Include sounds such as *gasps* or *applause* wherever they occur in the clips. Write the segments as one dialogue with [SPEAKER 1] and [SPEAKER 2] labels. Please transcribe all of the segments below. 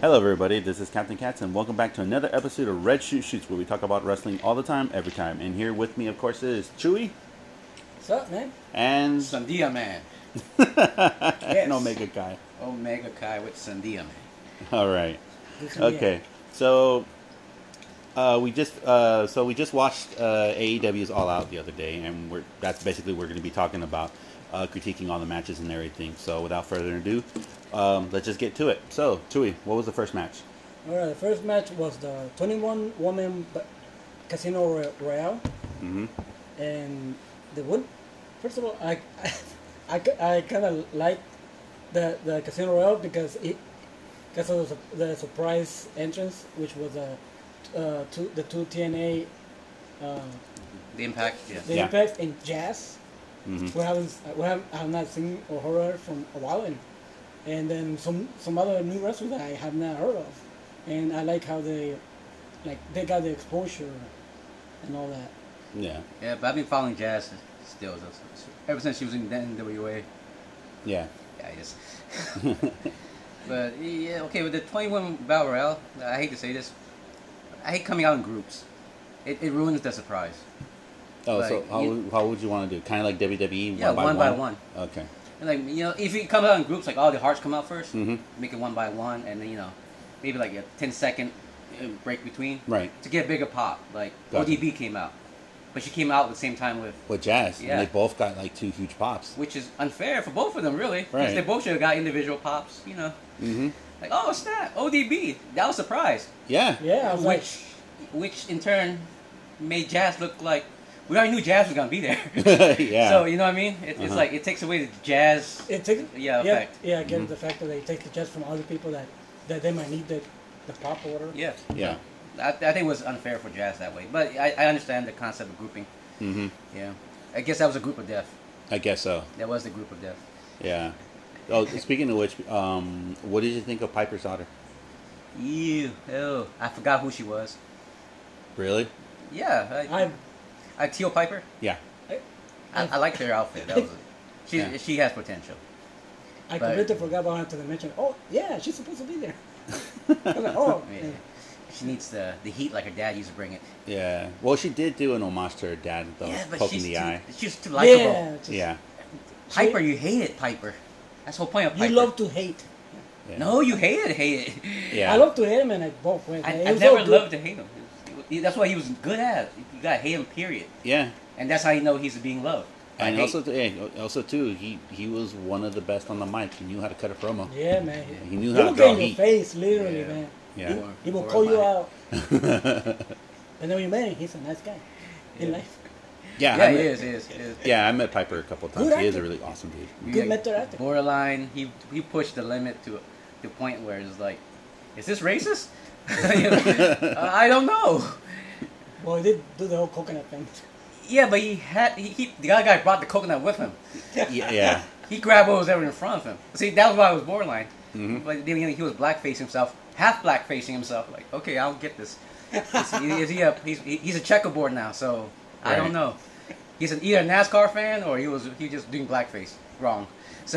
[SPEAKER 1] Hello, everybody. This is Captain Katz, and welcome back to another episode of Red Shoot Shoots, where we talk about wrestling all the time, every time. And here with me, of course, is Chewy
[SPEAKER 2] What's up, man?
[SPEAKER 1] and
[SPEAKER 2] Sandia *laughs* Man.
[SPEAKER 1] and Omega Guy. *laughs*
[SPEAKER 2] Omega Kai with Sandia Man.
[SPEAKER 1] All right. Okay. So uh, we just uh, so we just watched uh, AEW's All Out the other day, and we're that's basically we're going to be talking about uh, critiquing all the matches and everything. So without further ado, um, let's just get to it. So Chewy, what was the first match?
[SPEAKER 3] All right, the first match was the 21 woman ba- Casino Roy- Royale. Mm-hmm. And the one, first of all, I, *laughs* I, kind of like the, the Casino Royale because it because of the, su- the surprise entrance, which was uh, t- uh, two, the two TNA, uh,
[SPEAKER 2] The Impact, yeah.
[SPEAKER 3] the
[SPEAKER 1] Yeah. Mm-hmm.
[SPEAKER 3] Impact and Jazz. We haven't s- we have I have not seen or heard from a while, and and then some some other new wrestlers that I have not heard of, and I like how they like they got the exposure and all that.
[SPEAKER 1] Yeah.
[SPEAKER 2] Yeah, but I've been following Jazz still. that's- that's- Ever since she was in the NWA.
[SPEAKER 1] Yeah.
[SPEAKER 2] Yeah, I just. but, yeah, okay, with the 21 Battle Royale, I hate to say this. I hate coming out in groups. It, it ruins the surprise.
[SPEAKER 1] Oh, so
[SPEAKER 2] Like,
[SPEAKER 1] how,
[SPEAKER 2] you-
[SPEAKER 1] would- how would you want to do? Kind of like WWE,
[SPEAKER 2] Yeah,
[SPEAKER 1] one by
[SPEAKER 2] one by
[SPEAKER 1] one.
[SPEAKER 2] one.
[SPEAKER 1] Okay.
[SPEAKER 2] And like, you know, if you come out in groups, like all the hearts come out 1st
[SPEAKER 1] Mhm.
[SPEAKER 2] make it one by one, and then, you know, maybe like a 10 second uh, break between.
[SPEAKER 1] Right.
[SPEAKER 2] To get a bigger pop. Like,
[SPEAKER 1] Gotcha.
[SPEAKER 2] ODB came out. But she came out at the same time with
[SPEAKER 1] With Jazz,
[SPEAKER 2] Yeah.
[SPEAKER 1] and they both got like two huge pops.
[SPEAKER 2] which is unfair for both of them, really. Because
[SPEAKER 1] Right.
[SPEAKER 2] they both should have got individual pops, you know.
[SPEAKER 1] Mm-hmm.
[SPEAKER 2] Like, oh snap, ODB. That was a surprise.
[SPEAKER 1] Yeah.
[SPEAKER 3] Yeah, I was like,
[SPEAKER 2] which, which in turn made Jazz look like we already knew Jazz was gonna be there.
[SPEAKER 1] *laughs* *laughs* yeah.
[SPEAKER 2] *laughs* So you know what I mean? It, It's
[SPEAKER 1] Uh-huh.
[SPEAKER 2] like it takes away the Jazz.
[SPEAKER 3] it takes
[SPEAKER 2] Yeah,
[SPEAKER 3] yeah,
[SPEAKER 2] effect.
[SPEAKER 3] yeah. I get
[SPEAKER 1] Mm-hmm.
[SPEAKER 3] the fact that they take the jazz from other people that that they might need the the pop or whatever.
[SPEAKER 2] yeah.
[SPEAKER 1] yeah.
[SPEAKER 2] I, I think it was unfair for Jazz that way, but I, I understand the concept of grouping.
[SPEAKER 1] Mm-hmm.
[SPEAKER 2] Yeah, I guess that was a group of death.
[SPEAKER 1] I guess so.
[SPEAKER 2] That was the group of death.
[SPEAKER 1] Yeah. Oh, speaking of which, um, what did you think of Piper's daughter?
[SPEAKER 2] Ew, ew. I forgot who she was.
[SPEAKER 1] Really?
[SPEAKER 2] Yeah, I,
[SPEAKER 3] I
[SPEAKER 2] I Teal Piper.
[SPEAKER 1] Yeah.
[SPEAKER 2] I, I liked her outfit. That
[SPEAKER 1] *laughs*
[SPEAKER 2] was a, she.
[SPEAKER 1] Yeah.
[SPEAKER 2] She has potential.
[SPEAKER 3] I
[SPEAKER 2] But-
[SPEAKER 3] completely forgot about her until they mentioned. Oh yeah, she's supposed to be there. *laughs* I was
[SPEAKER 2] *laughs*
[SPEAKER 3] like, oh,
[SPEAKER 2] I mean, She needs the the heat like her dad used to bring it.
[SPEAKER 1] Yeah. Well, she did do an homage to her dad, though,
[SPEAKER 2] yeah, but
[SPEAKER 1] poking
[SPEAKER 2] she's
[SPEAKER 1] the
[SPEAKER 2] too,
[SPEAKER 1] eye.
[SPEAKER 2] she's too
[SPEAKER 3] yeah,
[SPEAKER 2] likable.
[SPEAKER 3] just-
[SPEAKER 1] Yeah.
[SPEAKER 2] Piper, you hated Piper. That's the whole point of
[SPEAKER 3] You
[SPEAKER 2] Piper.
[SPEAKER 3] love to hate.
[SPEAKER 1] yeah.
[SPEAKER 2] No, you hated hate it.
[SPEAKER 1] Yeah.
[SPEAKER 3] I love to hate him and I both
[SPEAKER 2] *laughs*
[SPEAKER 3] ways.
[SPEAKER 2] I,
[SPEAKER 3] It
[SPEAKER 2] I
[SPEAKER 3] was
[SPEAKER 2] never
[SPEAKER 3] all good.
[SPEAKER 2] loved to hate him. He- That's what he was good at. You gotta hate him, period.
[SPEAKER 1] Yeah.
[SPEAKER 2] And that's how you know he's being loved. by
[SPEAKER 1] And
[SPEAKER 2] hate.
[SPEAKER 1] also, yeah, also too, he he was one of the best on the mic. He knew how to cut a promo.
[SPEAKER 3] Yeah, man. He,
[SPEAKER 1] He knew
[SPEAKER 3] he
[SPEAKER 1] how to
[SPEAKER 3] will
[SPEAKER 1] draw
[SPEAKER 3] get in your
[SPEAKER 1] heat.
[SPEAKER 3] face, literally,
[SPEAKER 2] Yeah.
[SPEAKER 3] man.
[SPEAKER 1] Yeah.
[SPEAKER 3] He,
[SPEAKER 2] Or-
[SPEAKER 3] he will
[SPEAKER 2] or
[SPEAKER 3] call you
[SPEAKER 2] like-
[SPEAKER 3] out.
[SPEAKER 1] *laughs*
[SPEAKER 3] And then when you met him, he's a nice guy. In
[SPEAKER 2] Yeah.
[SPEAKER 3] life.
[SPEAKER 1] yeah.
[SPEAKER 2] yeah,
[SPEAKER 1] I
[SPEAKER 2] he
[SPEAKER 1] met,
[SPEAKER 2] is, he is, he is.
[SPEAKER 1] Yeah, I met Piper a couple times.
[SPEAKER 3] Good
[SPEAKER 1] He is a
[SPEAKER 3] actor.
[SPEAKER 1] really awesome dude.
[SPEAKER 3] *laughs* Good mentor actor.
[SPEAKER 2] Borderline, he he pushed the limit to the point where it's like, is this racist? *laughs* You know, I don't know.
[SPEAKER 3] Well, he did do the whole coconut thing.
[SPEAKER 2] Yeah, but he had he, he the other guy brought the coconut with him.
[SPEAKER 1] Yeah. yeah.
[SPEAKER 2] He grabbed what was ever in front of him. See, that was why I was borderline.
[SPEAKER 1] Mm-hmm.
[SPEAKER 2] But then again, he was black facing himself, half black facing himself. Like, okay, I don't get this. Is he, is he a he's, he's a checkerboard now? So I
[SPEAKER 1] Right.
[SPEAKER 2] don't know. He's an, either a NASCAR fan or he was he just doing blackface wrong. *laughs* So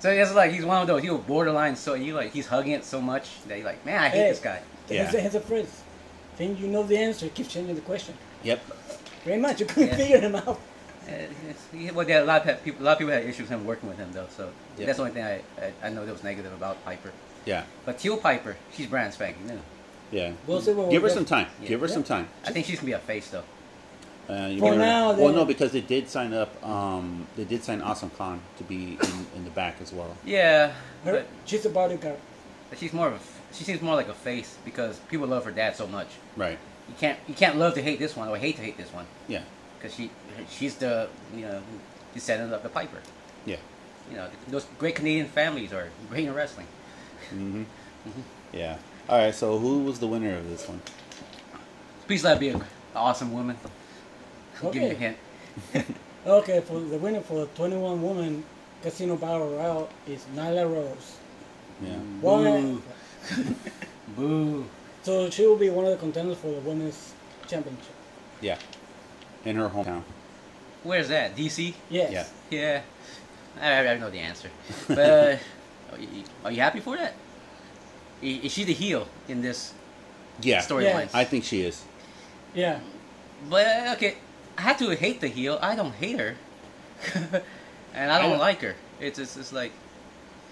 [SPEAKER 2] so it's like he's one of those. He was borderline. So he like he's hugging it so much that he like, man, I hate
[SPEAKER 3] Hey.
[SPEAKER 2] this guy.
[SPEAKER 1] Yeah.
[SPEAKER 3] *laughs* He's, a, he's a prince. Think you know the answer, keep changing the question.
[SPEAKER 1] Yep.
[SPEAKER 3] Pretty much, you couldn't *laughs*
[SPEAKER 2] Yeah.
[SPEAKER 3] figure him out.
[SPEAKER 2] Uh, he- well, there are a lot of people. A lot of people had issues with him working with him, though. So
[SPEAKER 1] Yeah.
[SPEAKER 2] that's the only thing I, I, I know that was negative about Piper.
[SPEAKER 1] Yeah.
[SPEAKER 2] But Teal Piper, she's brand spanking new.
[SPEAKER 1] Yeah.
[SPEAKER 3] We'll see what
[SPEAKER 1] Give her
[SPEAKER 3] we'll
[SPEAKER 1] some
[SPEAKER 3] get.
[SPEAKER 1] time.
[SPEAKER 2] Yeah.
[SPEAKER 1] Give her some
[SPEAKER 3] Yeah.
[SPEAKER 1] time.
[SPEAKER 2] I think she's gonna be a face though.
[SPEAKER 1] Uh, you
[SPEAKER 3] For
[SPEAKER 1] better-
[SPEAKER 3] now,
[SPEAKER 1] well,
[SPEAKER 3] they-
[SPEAKER 1] no, because they did sign up. Um, they did sign Awesome Khan to be in, in the back as well.
[SPEAKER 2] Yeah,
[SPEAKER 3] Her,
[SPEAKER 2] but
[SPEAKER 3] she's a bodyguard.
[SPEAKER 2] but she's more of a, she seems more like a face because people love her dad so much.
[SPEAKER 1] Right.
[SPEAKER 2] You can't you can't love to hate this one or hate to hate this one
[SPEAKER 1] Yeah.
[SPEAKER 2] because she she's the you know descendant of the Piper.
[SPEAKER 1] Yeah.
[SPEAKER 2] You know those great Canadian families are great in wrestling.
[SPEAKER 1] Mm-hmm. Yeah. All right. So who was the winner of this one?
[SPEAKER 2] Please let her be an awesome woman. Give me a
[SPEAKER 3] Okay.
[SPEAKER 2] hint.
[SPEAKER 3] Okay, for the winner for the 21 woman casino battle royale is Nyla Rose.
[SPEAKER 1] Yeah.
[SPEAKER 3] Mm. One,
[SPEAKER 2] Boo. Boo.
[SPEAKER 3] so she will be one of the contenders for the women's championship.
[SPEAKER 1] Yeah. In her hometown.
[SPEAKER 2] Where's that? DC.
[SPEAKER 3] Yes.
[SPEAKER 1] Yeah.
[SPEAKER 2] Yeah,
[SPEAKER 3] *laughs*
[SPEAKER 2] I, I know the answer. But uh, are, you, are you happy for that? I- Is she the heel in this?
[SPEAKER 1] Yeah,
[SPEAKER 2] Storyline.
[SPEAKER 1] I think she is.
[SPEAKER 3] Yeah.
[SPEAKER 2] But uh, okay, I have to hate the heel. I don't hate her, *laughs* and I don't
[SPEAKER 1] don't-
[SPEAKER 2] like her. It's it's, it's like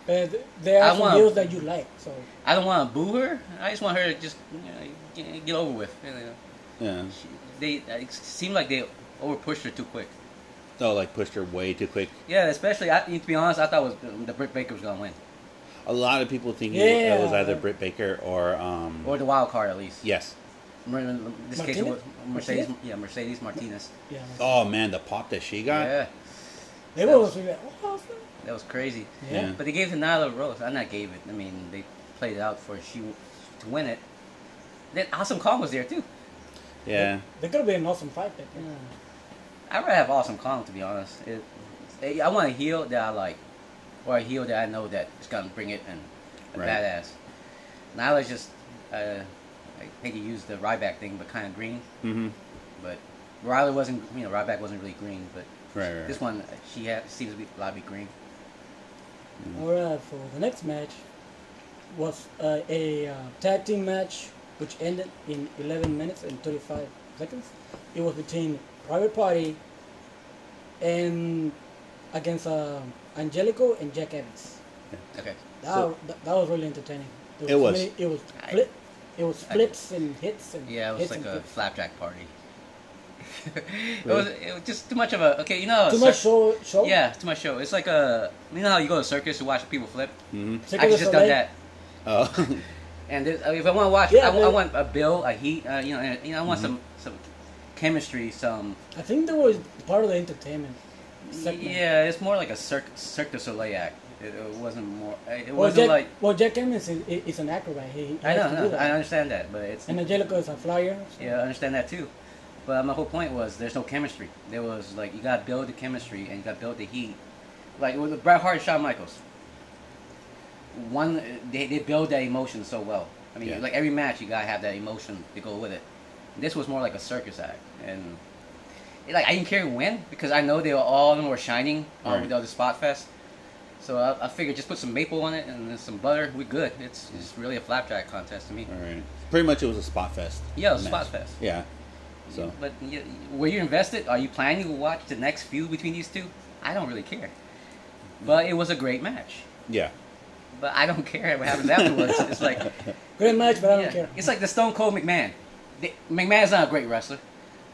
[SPEAKER 3] But Uh, there
[SPEAKER 2] I
[SPEAKER 3] are some
[SPEAKER 2] wanna-
[SPEAKER 3] heels that you like, so
[SPEAKER 2] I don't want to boo her. I just want her to just you know, get, get over with. You know,
[SPEAKER 1] Yeah.
[SPEAKER 2] she, they it seemed like they over pushed her too quick.
[SPEAKER 1] Oh, like pushed her way too quick.
[SPEAKER 2] Yeah, especially I, to be honest, I thought it was um, the Britt Baker was gonna win,
[SPEAKER 1] A lot of people think
[SPEAKER 3] Yeah.
[SPEAKER 1] it was either Britt Baker or um.
[SPEAKER 2] or the wild card at least.
[SPEAKER 1] yes.
[SPEAKER 2] Mer- in this case, it was Mercedes.
[SPEAKER 3] Martinez?
[SPEAKER 2] Yeah, Mercedes Martinez.
[SPEAKER 3] yeah.
[SPEAKER 1] Oh man, the pop that she got.
[SPEAKER 2] Yeah,
[SPEAKER 3] They were also like, oh,
[SPEAKER 2] that was crazy.
[SPEAKER 1] Yeah.
[SPEAKER 3] yeah.
[SPEAKER 2] But they gave it Nyla Rose. I not gave it. I mean, they played it out for she to win it. Then Awesome Kong was there too.
[SPEAKER 1] Yeah.
[SPEAKER 3] They could have been an awesome fight. But, yeah.
[SPEAKER 2] I'd rather have Awesome Kong to be honest. It, I want a heel that I like, or a heel that I know that is gonna bring it and a
[SPEAKER 1] Right.
[SPEAKER 2] badass. Nyla's just uh, I think he used the Ryback thing, but kind of green.
[SPEAKER 1] Mm-hmm.
[SPEAKER 2] But Riley wasn't, you know, Ryback wasn't really green. But
[SPEAKER 1] Right, right,
[SPEAKER 2] this
[SPEAKER 1] right.
[SPEAKER 2] one, uh, she had, seems to be a lot be green.
[SPEAKER 3] Alright, uh, for the next match was uh, a uh, tag team match which ended in 11 minutes and 35 seconds. It was between Private Party and against uh, Angelico and Jack Evans.
[SPEAKER 2] Okay.
[SPEAKER 3] That,
[SPEAKER 1] So-
[SPEAKER 3] that, that was really entertaining.
[SPEAKER 1] It was.
[SPEAKER 3] many- it was
[SPEAKER 2] I-
[SPEAKER 3] flip, it was flips and hits and
[SPEAKER 2] Yeah, it was
[SPEAKER 3] hits
[SPEAKER 2] like
[SPEAKER 3] and
[SPEAKER 2] a
[SPEAKER 3] flips.
[SPEAKER 2] flapjack party. *laughs* it
[SPEAKER 1] Really?
[SPEAKER 2] was it was just too much of a okay, you know.
[SPEAKER 3] Too
[SPEAKER 2] cir-
[SPEAKER 3] much show. show?
[SPEAKER 2] Oh, Yeah, too much show. It's like a you know how you go to a circus to watch people flip.
[SPEAKER 1] Mm-hmm.
[SPEAKER 3] Cirque
[SPEAKER 2] I
[SPEAKER 3] du
[SPEAKER 2] could just done
[SPEAKER 3] Soleil?
[SPEAKER 2] that.
[SPEAKER 1] Oh. *laughs*
[SPEAKER 2] And this, I mean, if I want to watch,
[SPEAKER 3] Yeah, Mm-hmm.
[SPEAKER 2] I, I
[SPEAKER 3] but-
[SPEAKER 2] want a bill, a heat, uh, you know, and, you know, I want some some chemistry, some.
[SPEAKER 3] I think that was part of the entertainment. segment.
[SPEAKER 2] Yeah, it's more like a Cirque, Cirque du Soleil act. It, it wasn't more. It it
[SPEAKER 3] Well,
[SPEAKER 2] wasn't
[SPEAKER 3] Jack,
[SPEAKER 2] like.
[SPEAKER 3] well, Jack Evans is, is an acrobat. He, he
[SPEAKER 2] I
[SPEAKER 3] has
[SPEAKER 2] know,
[SPEAKER 3] to
[SPEAKER 2] no,
[SPEAKER 3] do that.
[SPEAKER 2] I understand that, but it's
[SPEAKER 3] And Angelico is a flyer. so-
[SPEAKER 2] Yeah, I understand that too. But my whole point was there's no chemistry. There was like you gotta build the chemistry and you gotta build the heat. Like with Bret Hart and Shawn Michaels. One they, they build that emotion so well. I mean
[SPEAKER 1] Yeah.
[SPEAKER 2] like every match you gotta have that emotion to go with it. This was more like a circus act and it, like I didn't care when because I know they were all of them were shining on
[SPEAKER 1] Right.
[SPEAKER 2] the other spot fest. So I, I figured just put some maple on it and then some butter, we good. It's it's really a flapjack contest to me.
[SPEAKER 1] All right. Pretty much, it was a spot fest.
[SPEAKER 2] Yeah, it was a
[SPEAKER 1] match.
[SPEAKER 2] spot fest.
[SPEAKER 1] Yeah. So
[SPEAKER 2] But y- were you invested? Are you planning to watch the next feud between these two? I don't really care. But it was a great match.
[SPEAKER 1] yeah.
[SPEAKER 2] But I don't *laughs* care what happens afterwards. it's like
[SPEAKER 3] Great match, but I don't
[SPEAKER 2] yeah.
[SPEAKER 3] care.
[SPEAKER 2] it's like the Stone Cold McMahon. They, McMahon's not a great wrestler,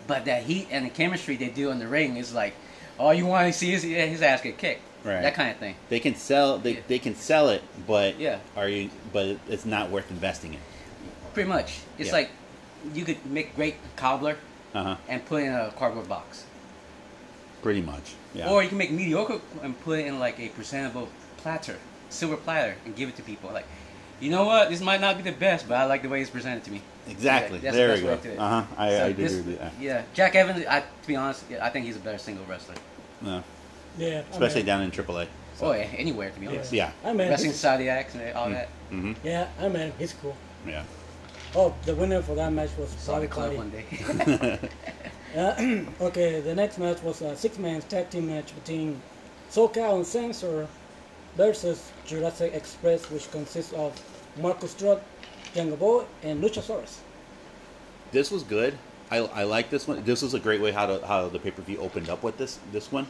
[SPEAKER 2] but that heat and the chemistry they do in the ring is like all you want to see is yeah, his ass get kicked.
[SPEAKER 1] Right.
[SPEAKER 2] That kind of thing.
[SPEAKER 1] They can sell. They,
[SPEAKER 2] Yeah.
[SPEAKER 1] they can sell it, but
[SPEAKER 2] Yeah.
[SPEAKER 1] Are you? But it's not worth investing in.
[SPEAKER 2] Pretty much. It's
[SPEAKER 1] Yeah.
[SPEAKER 2] like you could make great cobbler
[SPEAKER 1] Uh huh.
[SPEAKER 2] and put it in a cardboard box.
[SPEAKER 1] Pretty much. Yeah.
[SPEAKER 2] Or you can make mediocre and put it in like a presentable platter, silver platter, and give it to people. Like, you know what? This might not be the best, but I like the way it's presented to me.
[SPEAKER 1] exactly.
[SPEAKER 2] That's the
[SPEAKER 1] there
[SPEAKER 2] best
[SPEAKER 1] we
[SPEAKER 2] way
[SPEAKER 1] go.
[SPEAKER 2] to do it.
[SPEAKER 1] Uh huh. I,
[SPEAKER 2] So
[SPEAKER 1] I do
[SPEAKER 2] this-
[SPEAKER 1] agree with that.
[SPEAKER 2] Yeah, Jack Evans. I, to be honest, yeah, I think he's a better single wrestler.
[SPEAKER 1] No.
[SPEAKER 3] Yeah.
[SPEAKER 1] Especially
[SPEAKER 3] I'm in.
[SPEAKER 1] down in AAA.
[SPEAKER 2] Oh, yeah, anywhere to be honest.
[SPEAKER 1] Yeah.
[SPEAKER 3] I'm in.
[SPEAKER 2] Wrestling Zodiacs and all that.
[SPEAKER 1] Mm-hmm.
[SPEAKER 3] Yeah, I'm in. He's cool.
[SPEAKER 1] Yeah.
[SPEAKER 3] Oh, the winner for that match was
[SPEAKER 2] Saw the
[SPEAKER 3] Private
[SPEAKER 2] club
[SPEAKER 3] Party.
[SPEAKER 2] one day.
[SPEAKER 1] *laughs*
[SPEAKER 2] *laughs*
[SPEAKER 3] Uh, *clears throat* okay, the next match was a six-man tag team match between SoCal and Censor versus Jurassic Express, which consists of Marcus Strutt, Jungle Boy, and Luchasaurus.
[SPEAKER 1] This was good. I, I like this one. This was a great way how to, how the pay per view opened up with this this one,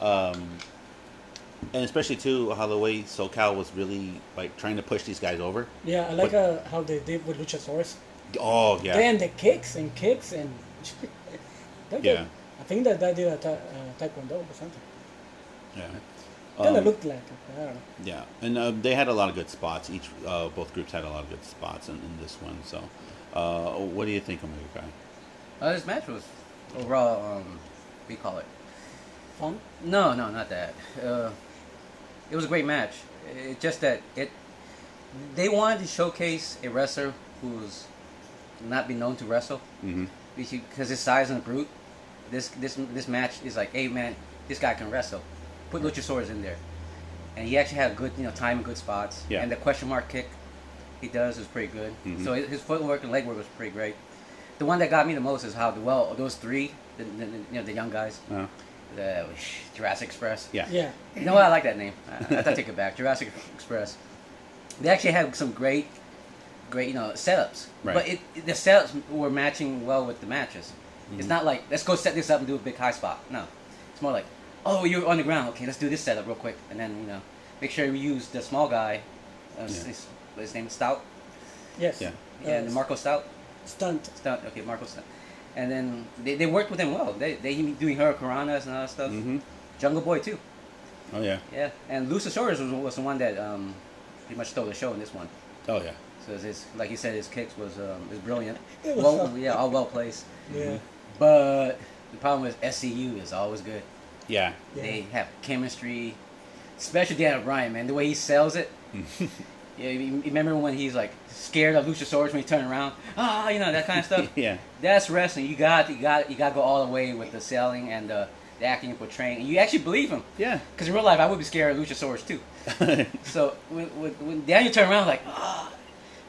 [SPEAKER 1] um, and especially too how the way SoCal was really like trying to push these guys over.
[SPEAKER 3] Yeah, I like
[SPEAKER 1] But-
[SPEAKER 3] uh, how they did with Luchasaurus.
[SPEAKER 1] Oh yeah.
[SPEAKER 3] Then the kicks and kicks and. *laughs* That did-
[SPEAKER 1] Yeah.
[SPEAKER 3] I think that that did a ta- uh, taekwondo or something.
[SPEAKER 1] yeah.
[SPEAKER 3] Kind of
[SPEAKER 1] Um,
[SPEAKER 3] looked like it. I don't know.
[SPEAKER 1] Yeah, and uh, they had a lot of good spots. Each uh, both groups had a lot of good spots in, in this one. So, uh, what do you think, Omega Kai?
[SPEAKER 2] uh, this match was overall, um, what do you call it?
[SPEAKER 3] Fun.
[SPEAKER 2] No, no, not that. Uh, it was a great match. It's just that it they wanted to showcase a wrestler who's not been known to wrestle
[SPEAKER 1] Mm-hmm.
[SPEAKER 2] because his size and brute. This this this match is like, hey man, this guy can wrestle. Put Luchasaurus in there, and he actually had good you know time and good spots.
[SPEAKER 1] Yeah.
[SPEAKER 2] And the question mark kick he does is pretty good.
[SPEAKER 1] Mhm.
[SPEAKER 2] So his his footwork and legwork was pretty great. The one that got me the most is how well those three, the, the, the- you know, the young guys,
[SPEAKER 1] Uh,
[SPEAKER 2] the Jurassic Express.
[SPEAKER 1] yeah.
[SPEAKER 3] Yeah.
[SPEAKER 2] You *laughs* know what? I like that name. I, I take it back. Jurassic Express. They actually had some great great, you know, setups.
[SPEAKER 1] Right.
[SPEAKER 2] But it, the setups were matching well with the matches.
[SPEAKER 1] Mm-hmm.
[SPEAKER 2] It's not like let's go set this up and do a big high spot. No, it's more like, oh, you're on the ground. Okay, let's do this setup real quick, and then you know, make sure we use the small guy. Uh,
[SPEAKER 1] Yeah.
[SPEAKER 2] his, his name is Stout.
[SPEAKER 3] Yes. Uh,
[SPEAKER 1] Yeah.
[SPEAKER 2] Yeah, the Marco Stout.
[SPEAKER 3] Stunt.
[SPEAKER 2] Stout. Okay, Marco Stout. And then they, they worked with him well. They they he doing Hurricanranas and all that stuff.
[SPEAKER 1] Mhm.
[SPEAKER 2] Jungle Boy too.
[SPEAKER 1] Oh yeah.
[SPEAKER 2] Yeah, and Luchasaurus was, was the one that um, pretty much stole the show in this one.
[SPEAKER 1] Oh yeah.
[SPEAKER 2] So it's, it's like you said, his kicks was um, is brilliant.
[SPEAKER 3] It was
[SPEAKER 2] well,
[SPEAKER 3] so-
[SPEAKER 2] yeah, all well placed.
[SPEAKER 1] Mm-hmm.
[SPEAKER 3] Yeah.
[SPEAKER 2] But the problem is SCU is always good.
[SPEAKER 1] Yeah. *laughs*
[SPEAKER 3] Yeah.
[SPEAKER 2] They have chemistry, especially Dan O'Brien, man. The way he sells
[SPEAKER 3] *laughs*
[SPEAKER 2] it. yeah, you you remember when he's like scared of Luchasaurus when he turned around? Ah, you know that kind of
[SPEAKER 3] *laughs*
[SPEAKER 2] stuff.
[SPEAKER 1] Yeah.
[SPEAKER 2] That's wrestling. You got you got you got to go all the way with the selling and the, the acting and portraying. And you actually believe him.
[SPEAKER 1] Yeah. *laughs*
[SPEAKER 2] Because in real life, I would be scared of Luchasaurus too. So when, when, when Daniel turned around, like, ah,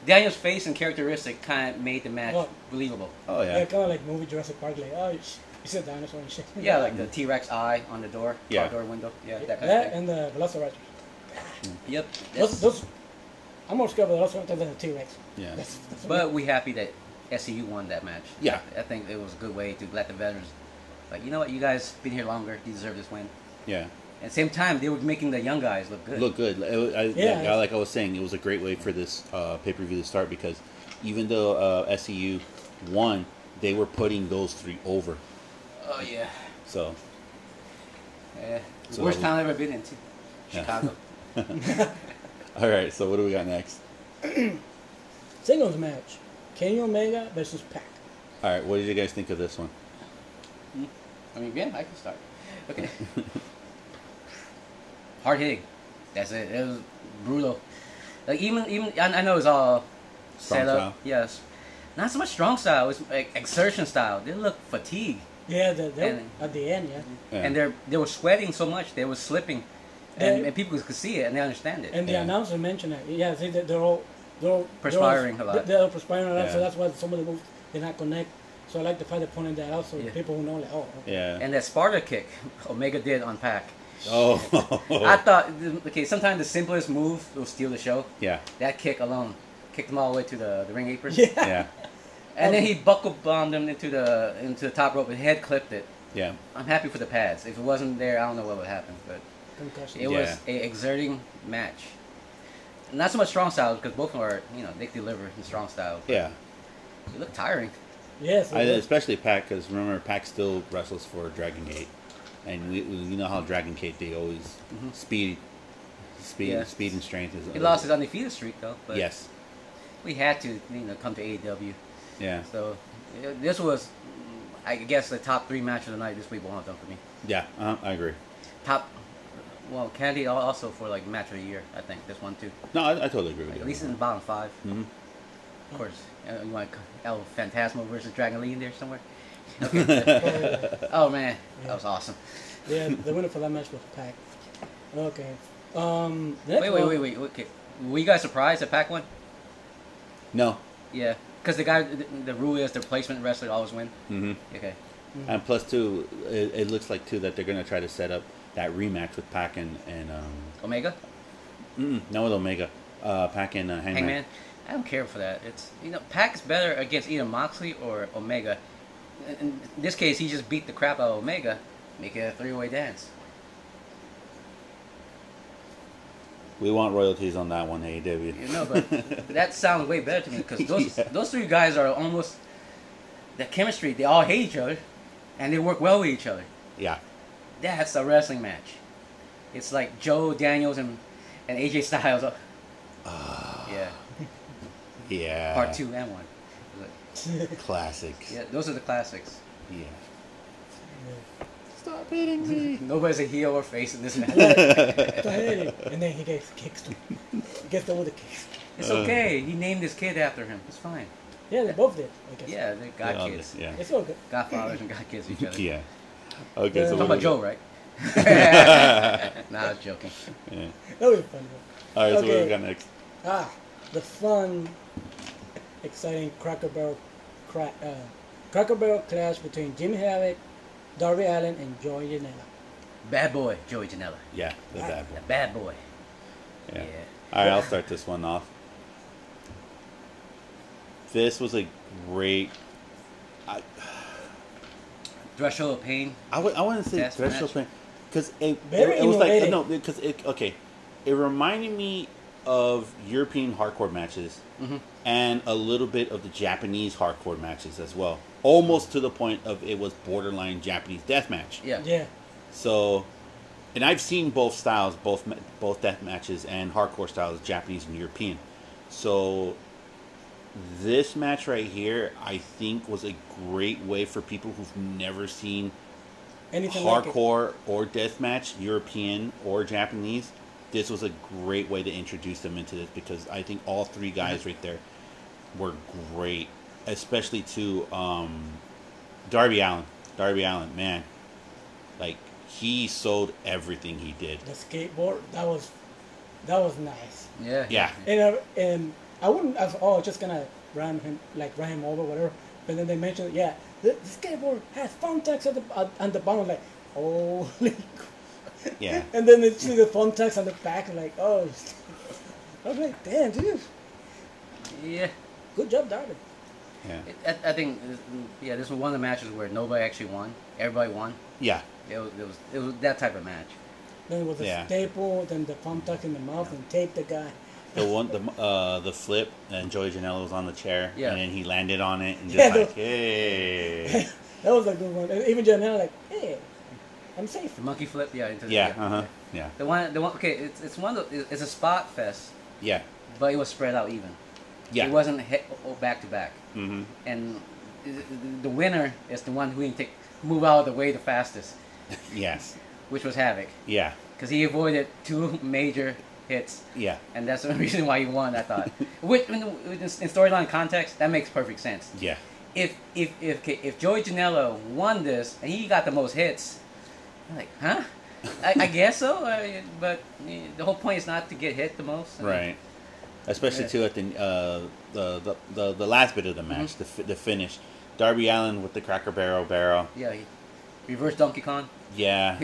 [SPEAKER 2] Daniel's face and characteristic kind of made the match
[SPEAKER 3] Well-
[SPEAKER 2] believable.
[SPEAKER 1] oh
[SPEAKER 3] Yeah,
[SPEAKER 1] yeah.
[SPEAKER 3] kind of like movie Jurassic Park, like, oh, it's it's a dinosaur and shit. *laughs*
[SPEAKER 2] Yeah, like the T Rex eye on the door,
[SPEAKER 1] Yeah.
[SPEAKER 2] car door window. Yeah, that
[SPEAKER 3] that,
[SPEAKER 2] kind of thing.
[SPEAKER 3] and the Velociraptor.
[SPEAKER 2] Yep.
[SPEAKER 3] Those,
[SPEAKER 2] that's-
[SPEAKER 3] those, I'm more scared of the Velociraptor than the T-Rex.
[SPEAKER 1] Yeah.
[SPEAKER 3] That's, that's
[SPEAKER 2] But we happy that SCU won that match.
[SPEAKER 1] Yeah.
[SPEAKER 2] I think it was a good way to let the veterans, like, you know what, you guys been here longer, you deserve this win.
[SPEAKER 1] Yeah.
[SPEAKER 2] At the same time, they were making the young guys look good.
[SPEAKER 1] Look good. Like, I, I-
[SPEAKER 3] Yeah.
[SPEAKER 1] like, like I was saying, it was a great way for this uh, pay per view to start because even though uh, SEU won, they were putting those three over.
[SPEAKER 2] Oh yeah.
[SPEAKER 1] So
[SPEAKER 2] Yeah.
[SPEAKER 1] So that was-
[SPEAKER 2] Worst town I've ever been into.
[SPEAKER 1] Yeah. *laughs*
[SPEAKER 2] Chicago.
[SPEAKER 1] all right. So what do we got next?
[SPEAKER 3] Singles match. Kenny Omega versus Pac.
[SPEAKER 1] All right. What did you guys think of this one?
[SPEAKER 2] I mean, yeah, I can start. Okay. *laughs* Hard hitting. That's it. It was brutal. Like even even I, I know it's all
[SPEAKER 1] Strong
[SPEAKER 2] set up.
[SPEAKER 1] style.
[SPEAKER 2] Yes. Not so much strong style. It's like exertion style. They look fatigued,
[SPEAKER 3] Yeah, the, the,
[SPEAKER 2] And-
[SPEAKER 3] at the end,
[SPEAKER 2] Mm-hmm.
[SPEAKER 3] yeah.
[SPEAKER 1] Yeah.
[SPEAKER 2] and they're they were sweating so much they were slipping, and,
[SPEAKER 3] They-
[SPEAKER 2] and people could see it and they understand it.
[SPEAKER 3] And the
[SPEAKER 1] Yeah.
[SPEAKER 3] announcer mentioned it. Yeah, they, they- they're all they're all
[SPEAKER 2] Perspiring a
[SPEAKER 3] they're all,
[SPEAKER 2] lot.
[SPEAKER 3] They're all perspiring a lot, so
[SPEAKER 1] Yeah.
[SPEAKER 3] that's why some of the moves did not connect. So I like the fact they pointed that out, so
[SPEAKER 2] Yeah.
[SPEAKER 3] people who know, like, oh, okay.
[SPEAKER 1] yeah.
[SPEAKER 2] and that Sparta kick *laughs* Omega did on Pac.
[SPEAKER 1] *laughs*
[SPEAKER 2] I
[SPEAKER 1] oh.
[SPEAKER 2] thought okay, sometimes the simplest move will steal the show.
[SPEAKER 1] yeah.
[SPEAKER 2] That kick alone kicked them all the way to the, the ring apron.
[SPEAKER 3] *laughs* yeah,
[SPEAKER 1] Yeah.
[SPEAKER 2] And then he buckle bombed him into the into the top rope and head clipped it.
[SPEAKER 1] Yeah.
[SPEAKER 2] I'm happy for the pads. If it wasn't there, I don't know what would happen. But
[SPEAKER 3] oh, concussion.
[SPEAKER 2] it was a exerting match. Not so much strong style because both of them are you know they deliver in strong style.
[SPEAKER 1] Yeah.
[SPEAKER 2] It looked tiring.
[SPEAKER 3] yes,
[SPEAKER 1] I,
[SPEAKER 3] it was.
[SPEAKER 1] especially Pac, because remember Pac still wrestles for Dragon Gate, and we, we you know how Dragon Gate they always speed, speed,
[SPEAKER 2] Mm-hmm. Yeah.
[SPEAKER 1] speed and strength is.
[SPEAKER 2] He lost his undefeated streak though. But
[SPEAKER 1] yes,
[SPEAKER 2] we had to you know come to AEW.
[SPEAKER 1] yeah,
[SPEAKER 2] So uh, this was, mm, I guess, the top three matches of the night. This week, one of them for me.
[SPEAKER 1] yeah, uh, I agree.
[SPEAKER 2] Top, well, Candy al- also for like match of the year. I think this one too.
[SPEAKER 1] No, I, I totally agree with
[SPEAKER 2] Like,
[SPEAKER 1] you.
[SPEAKER 2] at least in the bottom 5
[SPEAKER 1] Mhm.
[SPEAKER 2] Of course, uh, you want El Fantasma versus Dragon Lee in there somewhere?
[SPEAKER 3] Oh,
[SPEAKER 2] Oh man,
[SPEAKER 3] Yeah.
[SPEAKER 2] that was awesome.
[SPEAKER 3] yeah, the winner for that match was Pac. Okay. Um, the next
[SPEAKER 2] Wait, wait,
[SPEAKER 3] one- *laughs*
[SPEAKER 2] wait, wait. wait, Okay. Were you guys surprised at Pac one?
[SPEAKER 1] no,
[SPEAKER 2] Yeah, because the guy, the, the rule is the placement wrestler always win.
[SPEAKER 1] hmm
[SPEAKER 2] Okay. Mm-hmm.
[SPEAKER 1] and plus too, it, it looks like too that they're gonna try to set up that rematch with Pac and and um,
[SPEAKER 2] Omega,
[SPEAKER 1] mm, no with Omega, uh, Pac and uh, Hangman.
[SPEAKER 2] Hangman. I don't care for that. It's you know Pac is better against either Moxley or Omega. In- In this case, he just beat the crap out of Omega, make it a three way dance.
[SPEAKER 1] We want royalties on that one, AEW.
[SPEAKER 2] You know, but that sounds way better to me because
[SPEAKER 1] *laughs*
[SPEAKER 2] those
[SPEAKER 1] Yeah.
[SPEAKER 2] those three guys are almost the chemistry. They all hate each other, and they work well with each other.
[SPEAKER 1] yeah,
[SPEAKER 2] That's a wrestling match. It's like Joe Daniels and and AJ Styles. *laughs*
[SPEAKER 1] Ah,
[SPEAKER 2] yeah,
[SPEAKER 1] yeah.
[SPEAKER 2] part two and one.
[SPEAKER 1] classic.
[SPEAKER 2] Yeah, those are the classics.
[SPEAKER 1] yeah. Stop hitting me.
[SPEAKER 2] *laughs* Nobody's a heel or face in
[SPEAKER 1] *laughs*
[SPEAKER 2] this match.
[SPEAKER 3] What the hell? and then he gets kicks to him. He gets over the kicks.
[SPEAKER 2] It's okay. He named his kid after him. It's fine.
[SPEAKER 3] Yeah, they both did, I guess.
[SPEAKER 2] Yeah, they got
[SPEAKER 1] Yeah,
[SPEAKER 2] kids.
[SPEAKER 1] Yeah.
[SPEAKER 3] It's all good.
[SPEAKER 2] Got fathers and got kids each
[SPEAKER 1] *laughs*
[SPEAKER 2] other.
[SPEAKER 1] Yeah. Okay.
[SPEAKER 3] Yeah.
[SPEAKER 1] So
[SPEAKER 2] Talking
[SPEAKER 1] what
[SPEAKER 2] about
[SPEAKER 1] do *laughs*
[SPEAKER 2] Joe, right? *laughs* nah, I was joking.
[SPEAKER 1] we- yeah.
[SPEAKER 3] That was fun.
[SPEAKER 1] All right. So what do we
[SPEAKER 3] Okay.
[SPEAKER 1] got next?
[SPEAKER 3] Ah, the fun, exciting Cracker Barrel, cra- uh, Cracker Barrel clash between Jimmy Havoc, Darby Allen, and Joey Janela.
[SPEAKER 2] Bad boy, Joey Janela.
[SPEAKER 1] Yeah, the bad
[SPEAKER 2] The
[SPEAKER 1] one.
[SPEAKER 2] bad boy.
[SPEAKER 1] Yeah.
[SPEAKER 2] Ah, yeah.
[SPEAKER 1] All right. I'll start this one off. this was a great. I,
[SPEAKER 2] Threshold of Pain.
[SPEAKER 1] I would I wouldn't say
[SPEAKER 2] Test
[SPEAKER 1] threshold thing
[SPEAKER 2] match.
[SPEAKER 1] because it,
[SPEAKER 3] Very
[SPEAKER 1] it, it was like
[SPEAKER 3] innovative.
[SPEAKER 1] no because it okay it reminded me of European hardcore matches
[SPEAKER 2] Mm-hmm.
[SPEAKER 1] and a little bit of the Japanese hardcore matches as well almost to the point of it was borderline Japanese death match
[SPEAKER 2] Yeah.
[SPEAKER 3] Yeah.
[SPEAKER 1] so and I've seen both styles both ma- both death matches and hardcore styles Japanese and European so this match right here I think was a great way for people who've never seen
[SPEAKER 3] Anything Like
[SPEAKER 1] hardcore or deathmatch, European or Japanese, this was a great way to introduce them into this because I think all three guys right there were great, especially to um, Darby Allen. Darby Allen, man, like he sold everything he did.
[SPEAKER 3] it. The skateboard. That was, that was nice.
[SPEAKER 2] Yeah.
[SPEAKER 1] Yeah.
[SPEAKER 3] And I, and I wouldn't have. Oh, just gonna run him like run him over, whatever. But then they mentioned, yeah, the, the skateboard has phone tags at the at, at the bottom, like holy. *laughs* crap.
[SPEAKER 1] Yeah.
[SPEAKER 3] and then they see the phone tags on the back, like oh, *laughs* I was like, damn, dude,
[SPEAKER 2] Yeah.
[SPEAKER 3] good job, Darby.
[SPEAKER 1] Yeah,
[SPEAKER 2] It- I, I think, this- yeah, this was one of the matches where nobody actually won. Everybody won.
[SPEAKER 1] yeah,
[SPEAKER 2] It was, it was, it was that type of match.
[SPEAKER 3] Then it was a
[SPEAKER 1] Yeah.
[SPEAKER 3] staple, then the phone tag in the mouth and tape the guy.
[SPEAKER 1] the one the uh, the flip and Joey Janela was on the chair,
[SPEAKER 2] Yeah.
[SPEAKER 1] and then he landed on it and just
[SPEAKER 3] Yeah, the-
[SPEAKER 1] like hey,
[SPEAKER 3] That was a good one. And even Janelle, like, hey, I'm safe.
[SPEAKER 2] The monkey flip, yeah. Into the,
[SPEAKER 1] yeah, uh huh, yeah,
[SPEAKER 2] The one, the one. Okay, it's, it's one. Of, the- it's a spot fest,
[SPEAKER 1] yeah,
[SPEAKER 2] but it was spread out even.
[SPEAKER 1] yeah,
[SPEAKER 2] It wasn't hit oh, back to back.
[SPEAKER 1] mm-hmm.
[SPEAKER 2] And the- the- the winner is the one who can take move out of the way the fastest,
[SPEAKER 1] yes,
[SPEAKER 2] which was Havoc,
[SPEAKER 1] yeah,
[SPEAKER 2] because he avoided two *laughs* major hits,
[SPEAKER 1] yeah.
[SPEAKER 2] and that's the *laughs* reason why he won. I thought, which in, in in storyline context, that makes perfect sense.
[SPEAKER 1] Yeah,
[SPEAKER 2] if if if okay, if Joey Janela won this and he got the most hits, I'm like, huh? I, I guess so, I, but eh, the whole point is not to get hit the most. I mean,
[SPEAKER 1] right. Especially
[SPEAKER 2] Yeah.
[SPEAKER 1] too at the, uh, the, the the the last bit of the match, the fi the finish. Darby Allen with the Cracker Barrel barrel,
[SPEAKER 2] Yeah, he reverse Donkey Kong.
[SPEAKER 1] yeah,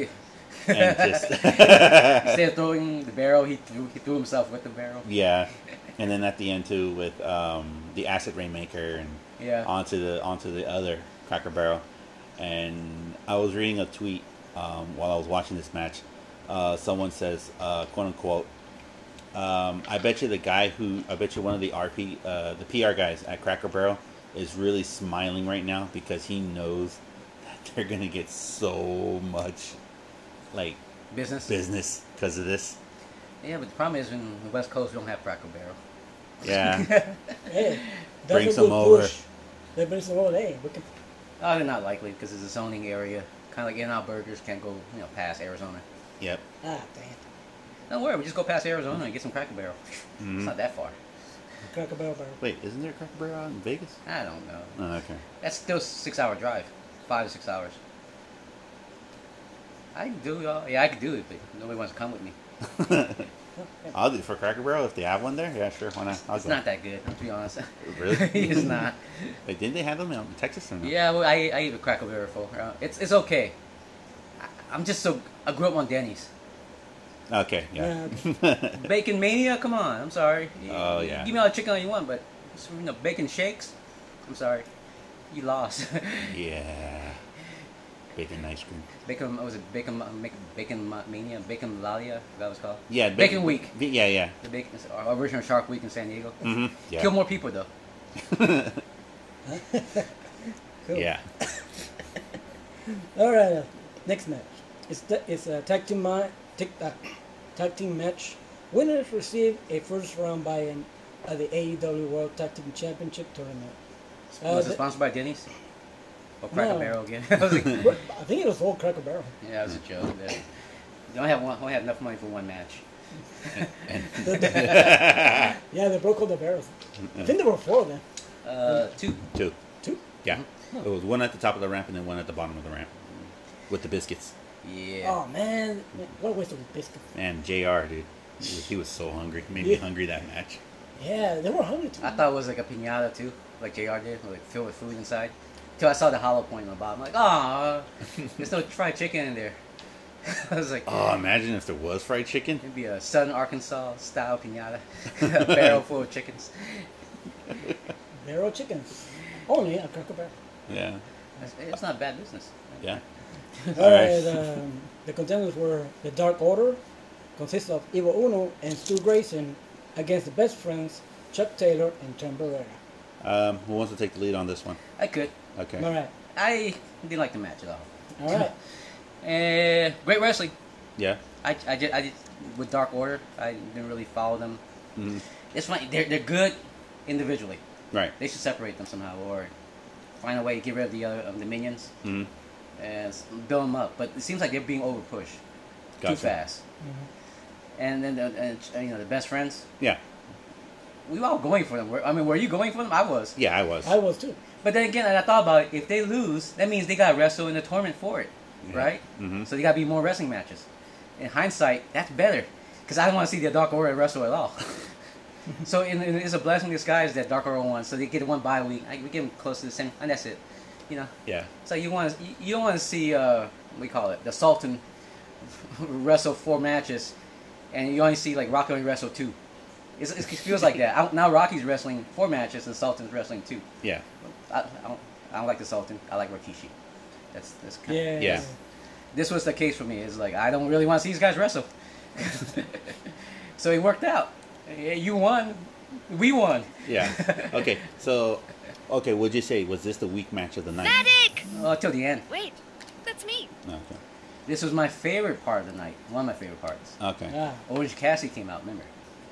[SPEAKER 2] and
[SPEAKER 1] and just *laughs*
[SPEAKER 2] Instead of throwing the barrel, he threw he threw himself with the barrel.
[SPEAKER 1] yeah, and then at the end too with um, the Acid Rainmaker and
[SPEAKER 2] Yeah.
[SPEAKER 1] onto the onto the other Cracker Barrel. And I was reading a tweet um, while I was watching this match. Uh, someone says, uh, "quote unquote," um, I bet you the guy who I bet you one of the RP uh, the PR guys at Cracker Barrel is really smiling right now because he knows that they're gonna get so much like
[SPEAKER 2] Business.
[SPEAKER 1] business because of this.
[SPEAKER 2] Yeah, but the problem is in the West Coast we don't have Cracker Barrel.
[SPEAKER 1] Yeah,
[SPEAKER 3] Hey, that's
[SPEAKER 1] Bring
[SPEAKER 3] a
[SPEAKER 1] some
[SPEAKER 3] good
[SPEAKER 1] over.
[SPEAKER 3] push. They bring some over. Hey, we can
[SPEAKER 2] Oh, they're not likely because it's a zoning area. Kind of like In-N-Out Burgers can't go you know past Arizona.
[SPEAKER 1] yep.
[SPEAKER 3] ah damn,
[SPEAKER 2] Don't worry, we just go past Arizona and get some Cracker Barrel.
[SPEAKER 1] Mm-hmm.
[SPEAKER 2] It's not that far.
[SPEAKER 3] crack a barrel barrel.
[SPEAKER 1] Wait, isn't there a Cracker Barrel out in Vegas?
[SPEAKER 2] I don't know.
[SPEAKER 1] Oh, okay.
[SPEAKER 2] That's still a six hour drive, five to six hours. I can do it. All, yeah, I can do it, but nobody wants to come with me.
[SPEAKER 1] I'll do for Cracker Barrel if they have one there. Yeah, sure. Why not? I'll
[SPEAKER 2] It's not that good. I'll be honest.
[SPEAKER 1] Really?
[SPEAKER 2] *laughs* it's not.
[SPEAKER 1] Wait, didn't they have them in Texas or not?
[SPEAKER 2] Yeah, well, I I eat a Cracker Barrel for. Uh, it's it's okay. I, I'm just so I grew up on Denny's.
[SPEAKER 1] Okay. Yeah.
[SPEAKER 2] Bacon mania, come on. I'm sorry.
[SPEAKER 1] Oh, yeah.
[SPEAKER 2] Give me all the chicken you want, but you know, bacon shakes. I'm sorry, you lost.
[SPEAKER 1] *laughs*
[SPEAKER 2] *laughs*
[SPEAKER 1] yeah. Bacon ice cream.
[SPEAKER 2] bacon what was it bacon ma- ma- bacon ma- mania bacon lalia that was called.
[SPEAKER 1] Yeah.
[SPEAKER 2] bacon, week.
[SPEAKER 1] Ba- yeah, yeah.
[SPEAKER 2] The big our original Shark Week in San Diego.
[SPEAKER 1] hmm Yeah.
[SPEAKER 2] Kill more people though.
[SPEAKER 3] Cool.
[SPEAKER 1] *laughs* Yeah.
[SPEAKER 3] All right, uh, next match. It's the, it's a tag team ma- tag, uh, tag team match. Winners receive a first round by an at the AEW World Tag Team Championship tournament. Uh,
[SPEAKER 2] was it
[SPEAKER 3] the-
[SPEAKER 2] sponsored by Denny's? Or Cracker
[SPEAKER 3] No.
[SPEAKER 2] Barrel again? *laughs* I was like, yeah,
[SPEAKER 3] what- I think it was all Cracker Barrel.
[SPEAKER 2] that was a joke.
[SPEAKER 1] *laughs*
[SPEAKER 2] Man. Don't have one. Don't have enough money for one match.
[SPEAKER 3] Yeah, they broke all the barrels. I think there were four of them.
[SPEAKER 2] Uh, two.
[SPEAKER 1] Two.
[SPEAKER 3] Two.
[SPEAKER 1] Yeah.
[SPEAKER 2] Mm-hmm.
[SPEAKER 1] It was one at the top of the ramp and then one at the bottom of the ramp, with the biscuits.
[SPEAKER 2] Yeah.
[SPEAKER 3] Oh man, what a waste of biscuit.
[SPEAKER 1] Man, Jr. Dude, he was, he was so hungry. He made me
[SPEAKER 3] Yeah.
[SPEAKER 1] hungry that match.
[SPEAKER 3] Yeah, they were hungry too.
[SPEAKER 2] I thought it was like a pinata too, like Jr. did, with, like filled with food inside. Till I saw the hollow point on the bottom, like, ah, there's no fried chicken in there. *laughs* I was like,
[SPEAKER 1] Oh, imagine if there was fried chicken.
[SPEAKER 2] it'd be a *laughs* Southern Arkansas style pinata, a barrel full of chickens.
[SPEAKER 3] Barrel chicken. Only at Cracker Barrel.
[SPEAKER 1] Yeah.
[SPEAKER 2] It's, it's not bad business.
[SPEAKER 1] Yeah.
[SPEAKER 3] All
[SPEAKER 1] right.
[SPEAKER 3] right. um, the contenders were the Dark Order, consists of Ivo Uno and Stu Grayson, against the best friends Chuck Taylor and Tom Barrera.
[SPEAKER 1] Um, who wants to take the lead on this one?
[SPEAKER 2] I could.
[SPEAKER 1] Okay.
[SPEAKER 3] All right.
[SPEAKER 2] I didn't like the match at all.
[SPEAKER 3] All right.
[SPEAKER 2] Eh, great wrestling.
[SPEAKER 1] Yeah.
[SPEAKER 2] I, I, just, I just, with Dark Order, I didn't really follow them. It's fine. They're, they're good individually.
[SPEAKER 1] Right.
[SPEAKER 2] They should separate them somehow or find a way to get rid of the other of the minions
[SPEAKER 1] Mm-hmm.
[SPEAKER 2] and s- build them up. But it seems like they're being over pushed too fast. And then the, and, uh, you know the best friends.
[SPEAKER 1] Yeah.
[SPEAKER 2] We were all going for them. Were- I mean, were you going for them? I was.
[SPEAKER 1] Yeah, I was.
[SPEAKER 3] I was too.
[SPEAKER 2] But then again, and I thought about it. If they lose, that means they got to wrestle in the tournament for it,
[SPEAKER 1] Yeah.
[SPEAKER 2] right?
[SPEAKER 1] Mhm.
[SPEAKER 2] So they got to be more wrestling matches. In hindsight, that's better because I don't want to see the Dark Order wrestle at all. so in, in- it's a blessing in disguise that Dark Order won. So they get one bye week. I, we get them close to the same, and that's it. You know.
[SPEAKER 1] yeah.
[SPEAKER 2] So you want to, you don't want to see uh, what we call it the Sultan *laughs* wrestle four matches, and you only see like Rocky only wrestle two. It's, it's, it feels like that. I, now Rocky's wrestling four matches and Sultan's wrestling two.
[SPEAKER 1] Yeah.
[SPEAKER 2] I, I, don't, I don't like the Sultan. I like Rikishi. That's that's kind
[SPEAKER 3] Yeah.
[SPEAKER 1] Yeah.
[SPEAKER 2] This was the case for me. It's like I don't really want to see these guys wrestle. *laughs* so it worked out. Yeah, You won. We won.
[SPEAKER 3] *laughs*
[SPEAKER 1] Yeah. okay. So, okay, what'd you say? Was this the weak match of the night?
[SPEAKER 4] Medic!
[SPEAKER 2] Well, till the end.
[SPEAKER 4] Wait, that's me.
[SPEAKER 1] Okay.
[SPEAKER 2] This was my favorite part of the night. One of my favorite parts.
[SPEAKER 1] Okay.
[SPEAKER 3] Ah,
[SPEAKER 2] Orange Cassidy came out. Remember?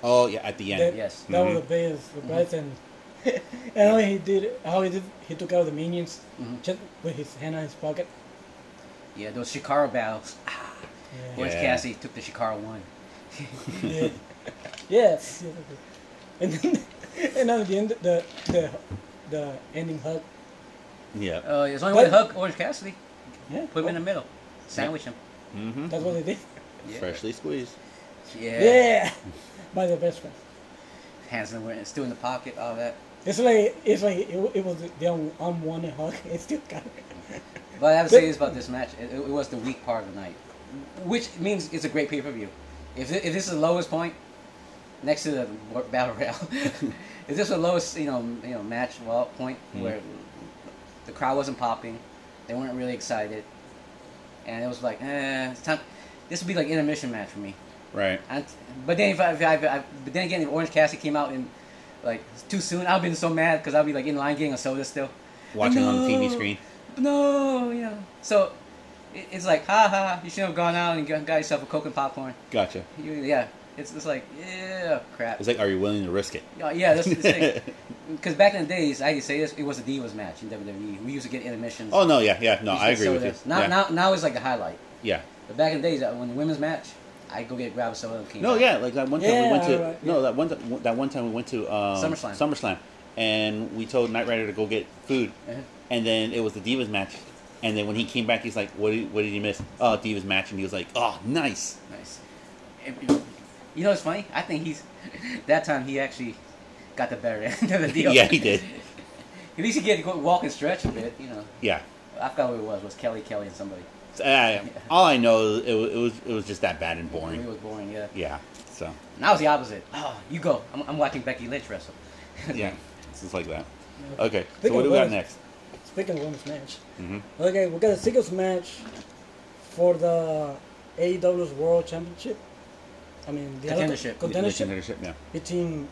[SPEAKER 1] oh yeah, at the
[SPEAKER 3] that,
[SPEAKER 1] end.
[SPEAKER 2] yes.
[SPEAKER 3] That was the biggest surprise, *laughs* and and how he did, how he did, he took out the minions just with his hand in his pocket.
[SPEAKER 2] Yeah, those Shikara battles. Ah,
[SPEAKER 3] Yeah.
[SPEAKER 2] Orange
[SPEAKER 1] Yeah.
[SPEAKER 2] Cassidy took the Shikara one.
[SPEAKER 3] Yeah. *laughs* yes. And then, *laughs* and at the end, the the the ending hug.
[SPEAKER 1] Yeah.
[SPEAKER 2] Uh, there's only one
[SPEAKER 3] But-
[SPEAKER 2] hook. Orange Cassidy.
[SPEAKER 3] Yeah.
[SPEAKER 2] Put him in the middle. Sandwich him.
[SPEAKER 1] Mm-hmm.
[SPEAKER 3] Oh, That's what they did.
[SPEAKER 2] Yeah.
[SPEAKER 1] Freshly squeezed.
[SPEAKER 2] Yeah.
[SPEAKER 3] Yeah. *laughs* By the best friend.
[SPEAKER 2] Hands in the, still in the pocket. All that.
[SPEAKER 3] It's like it's like it, wa- it was the un- unwanted hug. *laughs* It still got.
[SPEAKER 2] But I have to say this about this match: it, it was the weak part of the night, which means it's a great pay per view. If, thi- if this is the lowest point, next to the war- battle royale, *laughs* if this was the lowest you know m- you know match well point
[SPEAKER 3] Hmm.
[SPEAKER 2] where the crowd wasn't popping, they weren't really excited, and it was like, eh, it's time. This would be like intermission match for me.
[SPEAKER 1] Right.
[SPEAKER 2] And, but then if I, if I, if I- but then again, if Orange Cassidy came out in like too soon, I've been so mad because I'll be like in line getting a soda still.
[SPEAKER 1] Watching on the TV
[SPEAKER 2] No.
[SPEAKER 1] screen.
[SPEAKER 2] No, you know. So it, it's like, ha ha, you should have gone out and got got yourself a Coke and popcorn.
[SPEAKER 1] Gotcha.
[SPEAKER 2] You, yeah, it's, it's like, yeah, crap.
[SPEAKER 1] It's like, are you willing to risk it?
[SPEAKER 2] yeah, yeah, that's the thing.
[SPEAKER 1] *laughs*
[SPEAKER 2] Because back in the days, I used to say this, it was a Divas match in WWE. We used to get intermissions.
[SPEAKER 1] Oh no, yeah, yeah. No,
[SPEAKER 2] We used
[SPEAKER 1] I
[SPEAKER 2] to
[SPEAKER 1] agree
[SPEAKER 2] get
[SPEAKER 1] with you.
[SPEAKER 2] sodas. Now,
[SPEAKER 1] yeah.
[SPEAKER 2] now, now it's like the highlight.
[SPEAKER 1] yeah.
[SPEAKER 2] But back in the days, uh, when the women's match, I go get grab a soda and came
[SPEAKER 1] No,
[SPEAKER 2] out.
[SPEAKER 1] yeah, like that one time we
[SPEAKER 3] Yeah,
[SPEAKER 1] went to
[SPEAKER 3] right,
[SPEAKER 1] no
[SPEAKER 3] yeah.
[SPEAKER 1] that one ti- that one time we went to um,
[SPEAKER 2] SummerSlam.
[SPEAKER 1] SummerSlam, and we told Knight Rider to go get food,
[SPEAKER 2] Uh-huh.
[SPEAKER 1] and then it was the Divas match, and then when he came back, he's like, "What did, what did you miss? Oh, Divas match," and he was like, "Oh,
[SPEAKER 3] *laughs*
[SPEAKER 1] nice."
[SPEAKER 2] Nice. And- You know what's funny? I think he's *laughs* that time he actually got the better *laughs* end of the deal.
[SPEAKER 1] Yeah, he did.
[SPEAKER 2] At least he get to go walk and stretch a bit, you know.
[SPEAKER 1] Yeah.
[SPEAKER 2] I forgot who it was. It was Kelly, Kelly, and somebody.
[SPEAKER 1] So, I- all I know, is it, wa- it was it was just that bad and
[SPEAKER 2] It
[SPEAKER 1] boring.
[SPEAKER 2] was boring, yeah.
[SPEAKER 1] Yeah. So
[SPEAKER 2] And I was the opposite. Oh, you go. I'm, I'm watching Becky Lynch wrestle.
[SPEAKER 3] *laughs*
[SPEAKER 1] yeah, it's just like that. Okay.
[SPEAKER 3] Think
[SPEAKER 1] So what
[SPEAKER 3] of
[SPEAKER 1] do we got
[SPEAKER 3] those.
[SPEAKER 1] next?
[SPEAKER 3] Speaking of women's match,
[SPEAKER 1] Mhm.
[SPEAKER 3] okay, we got a singles match for the AEW's World Championship. I mean, the other-
[SPEAKER 2] Contendership.
[SPEAKER 3] contendership
[SPEAKER 1] Contendership, Yeah.
[SPEAKER 3] between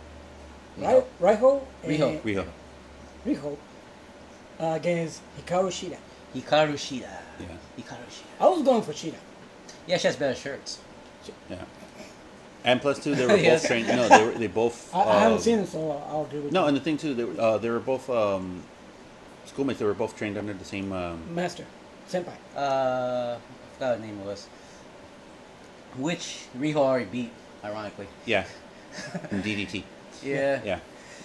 [SPEAKER 2] Riho.
[SPEAKER 3] Rai- Raiho
[SPEAKER 2] Riho.
[SPEAKER 3] and
[SPEAKER 1] Riho.
[SPEAKER 3] Riho uh, against Hikaru Shida.
[SPEAKER 2] Hikaru Shida.
[SPEAKER 1] Yeah.
[SPEAKER 2] Hikaru Shida.
[SPEAKER 3] I was going for Shida.
[SPEAKER 2] Yeah, she has better shirts.
[SPEAKER 1] Yeah. And plus
[SPEAKER 3] *laughs*
[SPEAKER 1] two, they were both
[SPEAKER 2] Yes.
[SPEAKER 1] trained. No, they were they both.
[SPEAKER 3] I, I haven't
[SPEAKER 1] um,
[SPEAKER 3] seen it, so I'll agree with
[SPEAKER 1] No,
[SPEAKER 3] you.
[SPEAKER 1] and the thing too, they were, uh, they were both um, schoolmates. They were both trained under the same. Um,
[SPEAKER 3] Master, senpai.
[SPEAKER 2] Uh, I forgot her name was. Which Riho already beat, ironically.
[SPEAKER 3] *laughs*
[SPEAKER 1] yeah, in DDT.
[SPEAKER 2] Yeah.
[SPEAKER 1] Yeah,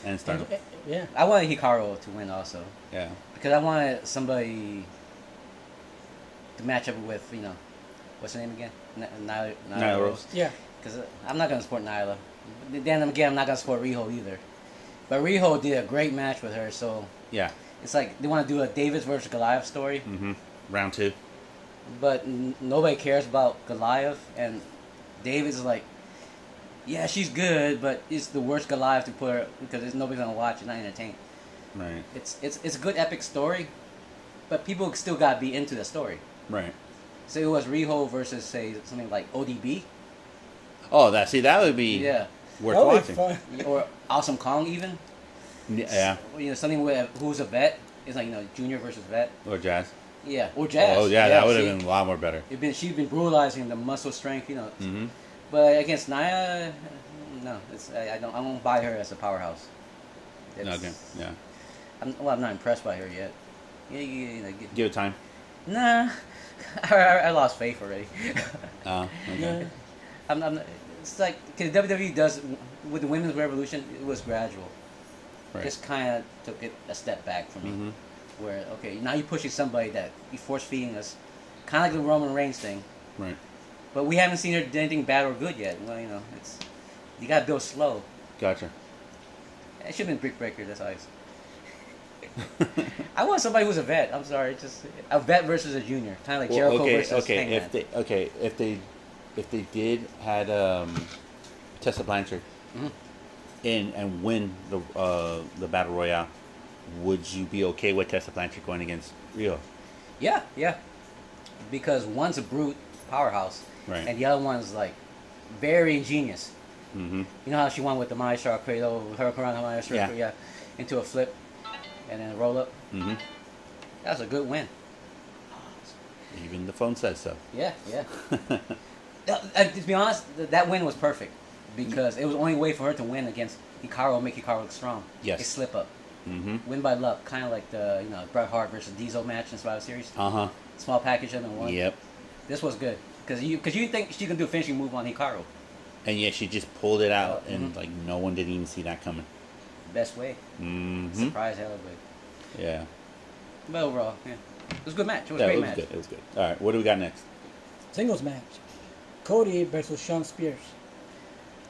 [SPEAKER 1] and Stardom.
[SPEAKER 3] Eh, Yeah.
[SPEAKER 2] I wanted Hikaru to win also.
[SPEAKER 1] Yeah,
[SPEAKER 2] Because I wanted somebody to match up with, you know, what's her name again? N- Nyla, Nyla,
[SPEAKER 1] Nyla Rose.
[SPEAKER 2] Rose.
[SPEAKER 3] Yeah.
[SPEAKER 2] Because I'm not going to support Nyla. But Then again, I'm not going to support Riho either. But Riho did a great match with her, so
[SPEAKER 1] yeah.
[SPEAKER 2] it's like they want to do a Davis versus Goliath story,
[SPEAKER 1] hmm Round two.
[SPEAKER 2] but n- nobody cares about Goliath, and David's like, yeah, she's good, but it's the worst Goliath to put her because there's nobody's going to watch and not entertain.
[SPEAKER 1] Right.
[SPEAKER 2] It's it's it's a good epic story, but people still gotta be into the story.
[SPEAKER 1] Right.
[SPEAKER 2] So it was Riho versus say something like ODB
[SPEAKER 1] Oh, that see that would be
[SPEAKER 2] Yeah.
[SPEAKER 1] worth
[SPEAKER 3] That was
[SPEAKER 1] watching.
[SPEAKER 3] fun.
[SPEAKER 2] or Awesome Kong even.
[SPEAKER 1] Yeah.
[SPEAKER 2] You know something with who's a vet. It's like you know junior versus vet.
[SPEAKER 1] Or jazz.
[SPEAKER 2] Yeah. Or jazz.
[SPEAKER 1] Oh yeah, that would
[SPEAKER 2] see?
[SPEAKER 1] have been a lot more better.
[SPEAKER 2] It'd been she'd been brutalizing the muscle strength, you know.
[SPEAKER 1] Mm-hmm.
[SPEAKER 2] But against Naya, no, it's I, I don't I won't buy her as a powerhouse. It's-
[SPEAKER 1] Okay. Yeah.
[SPEAKER 2] I'm, well, I'm not impressed by her yet. Yeah, yeah, yeah, like,
[SPEAKER 1] Give it time.
[SPEAKER 2] nah, *laughs* I, I, I lost faith already. *laughs*
[SPEAKER 1] Uh, okay.
[SPEAKER 3] Yeah.
[SPEAKER 2] I'm, I'm, it's like cause WWE does with the women's revolution. It was gradual.
[SPEAKER 1] Right.
[SPEAKER 2] Just kind of took it a step back for me.
[SPEAKER 1] Mhm.
[SPEAKER 2] Where okay, now you're pushing somebody that you force feeding us, kind of like the Roman Reigns thing.
[SPEAKER 1] Right.
[SPEAKER 2] But we haven't seen her do anything bad or good yet. Well, you know, it's you gotta build slow.
[SPEAKER 1] Gotcha.
[SPEAKER 2] It should have been Brick Breaker. That's
[SPEAKER 1] *laughs*
[SPEAKER 2] ice. I want somebody who's a vet. I'm sorry, it's just a vet versus a junior, kind of like
[SPEAKER 1] Well,
[SPEAKER 2] Jericho
[SPEAKER 1] okay,
[SPEAKER 2] versus
[SPEAKER 1] okay.
[SPEAKER 2] Hangman.
[SPEAKER 1] If they okay, if they if they did had um, Tessa Blanchard
[SPEAKER 2] Mhm.
[SPEAKER 1] in and win the uh, the battle royale, would you be okay with Tessa Blanchard going against Rio?
[SPEAKER 2] yeah, yeah, because one's a brute powerhouse,
[SPEAKER 1] Right.
[SPEAKER 2] and the other one's like very ingenious.
[SPEAKER 1] Mm-hmm.
[SPEAKER 2] You know how she won with the Maya Shark Cradle, her Karana Maya Shark,
[SPEAKER 1] Yeah.
[SPEAKER 2] yeah, into a flip, and then a roll up.
[SPEAKER 1] Mm-hmm.
[SPEAKER 2] That was a good win.
[SPEAKER 1] Even the phone says so.
[SPEAKER 2] Yeah, yeah.
[SPEAKER 1] *laughs*
[SPEAKER 2] Uh, uh, to be honest, th- that win was perfect because it was the only way for her to win against Hikaru, make Hikaru look strong.
[SPEAKER 1] Yes.
[SPEAKER 2] A slip up.
[SPEAKER 1] Mm-hmm.
[SPEAKER 2] Win by luck, kind of like the you know Bret Hart versus Diesel match in Survivor Series.
[SPEAKER 1] Uh huh.
[SPEAKER 2] Small package them and one.
[SPEAKER 1] Yep.
[SPEAKER 2] This was good because you because you think she can do a finishing move on Hikaru,
[SPEAKER 1] And yeah, she just pulled it out,
[SPEAKER 2] Oh,
[SPEAKER 1] and
[SPEAKER 2] mhm.
[SPEAKER 1] like no one didn't even see that coming.
[SPEAKER 2] best way.
[SPEAKER 1] Mm-hmm.
[SPEAKER 2] Surprise hell of a way.
[SPEAKER 1] Yeah.
[SPEAKER 2] But overall, yeah, it was a good match. It was
[SPEAKER 1] Yeah,
[SPEAKER 2] a great
[SPEAKER 1] it was
[SPEAKER 2] match.
[SPEAKER 1] good. It was good. All right, what do we got next?
[SPEAKER 3] Singles match. Cody versus Sean Spears.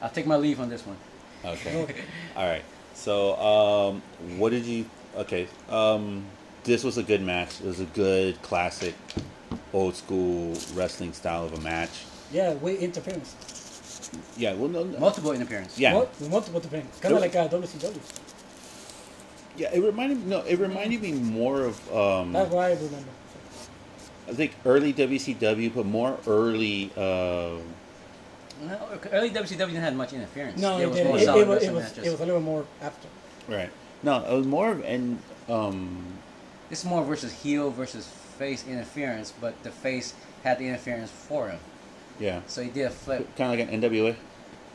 [SPEAKER 2] I'll take my leave on this one.
[SPEAKER 1] Okay. All right. So, um, what did you? Okay. Um, this was a good match. It was a good classic, old school wrestling style of a match.
[SPEAKER 3] Yeah, we interference.
[SPEAKER 1] Yeah. Well, no, no.
[SPEAKER 2] Multiple interference.
[SPEAKER 1] Yeah.
[SPEAKER 3] Mul- multiple interference. Kind of
[SPEAKER 1] Nope.
[SPEAKER 3] like uh, a WCW.
[SPEAKER 1] Yeah. It reminded no. It reminded me more of
[SPEAKER 3] That's
[SPEAKER 1] um,
[SPEAKER 3] why I remember.
[SPEAKER 1] I think early WCW, but more early. Uh,
[SPEAKER 2] No, early WCW didn't have much interference.
[SPEAKER 3] No,
[SPEAKER 2] There
[SPEAKER 3] it,
[SPEAKER 2] was
[SPEAKER 3] didn't.
[SPEAKER 2] more
[SPEAKER 3] it, it,
[SPEAKER 2] solid
[SPEAKER 3] was, it,
[SPEAKER 2] wrestling
[SPEAKER 3] was,
[SPEAKER 2] matches.
[SPEAKER 3] it was a little more after.
[SPEAKER 1] right. No, it was more of and um,
[SPEAKER 2] It's more versus heel versus face interference, but the face had the interference for him.
[SPEAKER 1] yeah,
[SPEAKER 2] So he did a flip.
[SPEAKER 1] kind of like an NWA.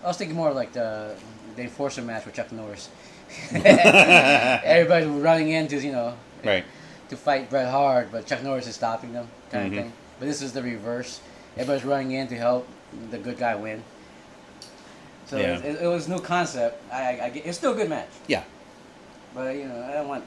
[SPEAKER 2] I was thinking more like the the enforcer match with
[SPEAKER 1] *laughs*
[SPEAKER 2] Chuck Norris. *laughs* Everybody running in to you know
[SPEAKER 1] Right.
[SPEAKER 2] to fight Bret Hart, but Chuck Norris is stopping them, kind
[SPEAKER 1] Mhm.
[SPEAKER 2] of thing. But this is the reverse. Everybody's running in to help the good guy win. So
[SPEAKER 1] Yeah.
[SPEAKER 2] it, it, was new concept. I, I, I get, it's still a good match,
[SPEAKER 1] Yeah.
[SPEAKER 2] but you know I don't want.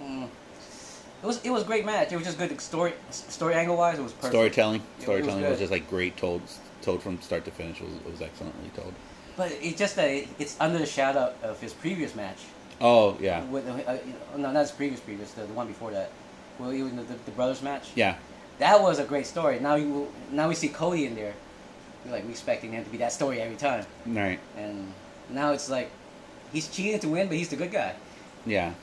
[SPEAKER 2] Mm, it was it was a great match. It was just good story story angle wise. It was perfect.
[SPEAKER 1] Storytelling.
[SPEAKER 2] was
[SPEAKER 1] Storytelling was,
[SPEAKER 2] good.
[SPEAKER 1] just like great told, told from start to finish. Was was excellently told.
[SPEAKER 2] But it's just that it, it's under the shadow of his previous match.
[SPEAKER 1] Oh yeah,
[SPEAKER 2] With, uh, uh, no, not his previous previous, the, the one before that. Well, even the, the, the brothers match.
[SPEAKER 1] yeah,
[SPEAKER 2] That was a great story. Now you now we see Cody in there. We're like we expecting him to be that story every time,
[SPEAKER 1] right,
[SPEAKER 2] and now it's like he's cheating to win, but he's the good guy.
[SPEAKER 1] yeah,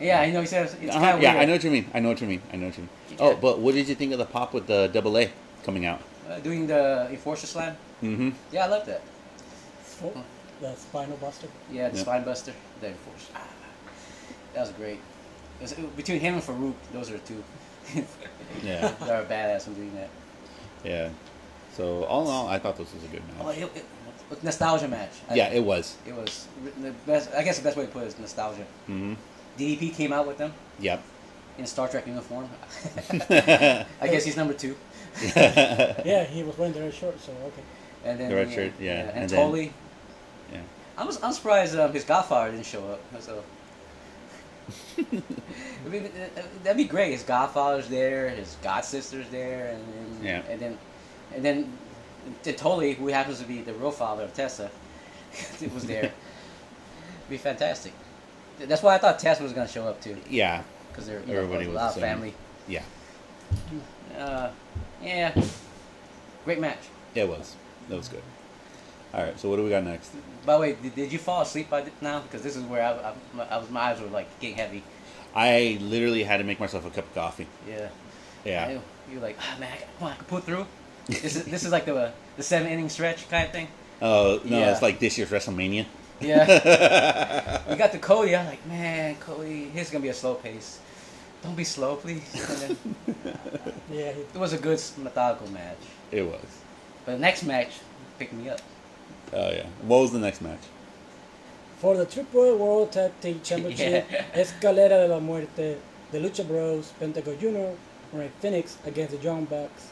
[SPEAKER 2] Yeah, I know. He says it's
[SPEAKER 1] Uh-huh,
[SPEAKER 2] kind of
[SPEAKER 1] yeah.
[SPEAKER 2] weird.
[SPEAKER 1] I know what you mean. I know what you mean. I know what you mean. Oh, but what did you think of the pop with the double A coming out?
[SPEAKER 2] Uh, doing the enforcer slam.
[SPEAKER 1] Mm-hmm.
[SPEAKER 2] Yeah, I love that.
[SPEAKER 3] So, Oh, the Spinal Buster.
[SPEAKER 2] Yeah, the
[SPEAKER 1] Yeah.
[SPEAKER 2] spine buster, the enforcer. Ah, that was great. It was, between him and Farouk, those are the two. *laughs*
[SPEAKER 1] Yeah,
[SPEAKER 2] that are badass from doing that.
[SPEAKER 1] yeah. So all in all, I thought this was a good
[SPEAKER 2] Oh,
[SPEAKER 1] match.
[SPEAKER 2] it, it, it- nostalgia match. I-
[SPEAKER 1] Yeah, it was.
[SPEAKER 2] it was the best. I guess the best way to put it is nostalgia.
[SPEAKER 1] Mm-hmm.
[SPEAKER 2] DDP came out with them *laughs*
[SPEAKER 1] Yep. *laughs*
[SPEAKER 2] in Star Trek uniform. I guess he's number two,
[SPEAKER 1] yeah.
[SPEAKER 3] Yeah, he was wearing the red shirt, so okay.
[SPEAKER 2] and then
[SPEAKER 1] The red
[SPEAKER 2] yeah,
[SPEAKER 1] shirt, yeah,
[SPEAKER 2] and,
[SPEAKER 1] and then-
[SPEAKER 2] Tully. I'm, s- I'm surprised um, his Godfather didn't show up.
[SPEAKER 1] *laughs*
[SPEAKER 2] So. I mean, uh, uh, that'd be great. His Godfather's there, his God sister's there, and, and,
[SPEAKER 1] Yeah.
[SPEAKER 2] and then, and then, the Tully, who happens to be the real father of Tessa, *laughs* was there.
[SPEAKER 1] *laughs*
[SPEAKER 2] be fantastic. Th- That's why I thought Tessa was gonna show up too,
[SPEAKER 1] Yeah.
[SPEAKER 2] because they're you
[SPEAKER 1] Everybody
[SPEAKER 2] know, a
[SPEAKER 1] was
[SPEAKER 2] lot of
[SPEAKER 1] the same.
[SPEAKER 2] family.
[SPEAKER 1] Yeah.
[SPEAKER 2] Uh, yeah, great match.
[SPEAKER 1] It was. That was good. All right. So what do we got next?
[SPEAKER 2] By the way, did, did you fall asleep by th- now? Because this is where I, I, my- I was, my eyes were like getting heavy.
[SPEAKER 1] I literally had to make myself a cup of coffee.
[SPEAKER 2] Yeah.
[SPEAKER 1] Yeah.
[SPEAKER 2] You're like, ah, man, I can, come on, I can pull
[SPEAKER 3] *laughs*
[SPEAKER 2] through. This is this is like the uh, the seven inning stretch kind of thing.
[SPEAKER 1] Oh no,
[SPEAKER 2] Yeah.
[SPEAKER 1] it's like this year's WrestleMania.
[SPEAKER 2] Yeah.
[SPEAKER 3] *laughs*
[SPEAKER 2] we got to Cody. I'm like, man, Cody, here's gonna be a slow pace. Don't be slow, please. And
[SPEAKER 3] *laughs*
[SPEAKER 2] then
[SPEAKER 3] Yeah, he,
[SPEAKER 2] it was a good methodical match.
[SPEAKER 1] It was.
[SPEAKER 2] But the next match picked me up.
[SPEAKER 1] Oh yeah. What was the next match?
[SPEAKER 3] for the Triple World Tag Team Championship,
[SPEAKER 2] *laughs* Yeah.
[SPEAKER 3] Escalera de la Muerte, the Lucha Bros, Pentagon Jr., Ray Phoenix against the Young Bucks,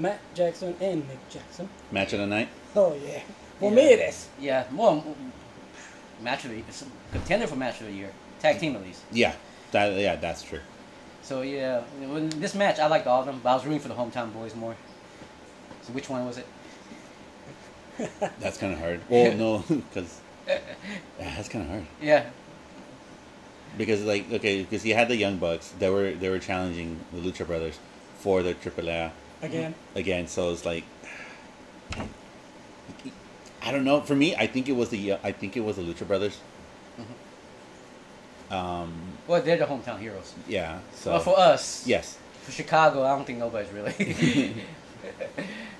[SPEAKER 3] Matt Jackson and Nick Jackson.
[SPEAKER 1] Match of the night.
[SPEAKER 3] Oh yeah, for
[SPEAKER 2] Yeah.
[SPEAKER 3] me it is.
[SPEAKER 2] Yeah, more match of the it's a contender for match of the year, tag team at least.
[SPEAKER 1] Yeah. That yeah, that's true.
[SPEAKER 2] So yeah, when this match I liked all of them, but I was rooting for the hometown boys more. So which one was it?
[SPEAKER 1] That's kind of hard. Well, no, *laughs* because that's kind of hard.
[SPEAKER 2] Yeah,
[SPEAKER 1] Because like okay, because you had the Young Bucks. They were they were challenging the Lucha Brothers for the AAA
[SPEAKER 3] Again,
[SPEAKER 1] again. So it's like *sighs* I don't know. For me, I think it was the I think it was the Lucha Brothers. Um.
[SPEAKER 2] well they're the hometown heroes.
[SPEAKER 1] Yeah. So.
[SPEAKER 2] Well, for us,
[SPEAKER 1] yes.
[SPEAKER 2] for Chicago, I don't think
[SPEAKER 1] *laughs*
[SPEAKER 2] nobody's really *laughs*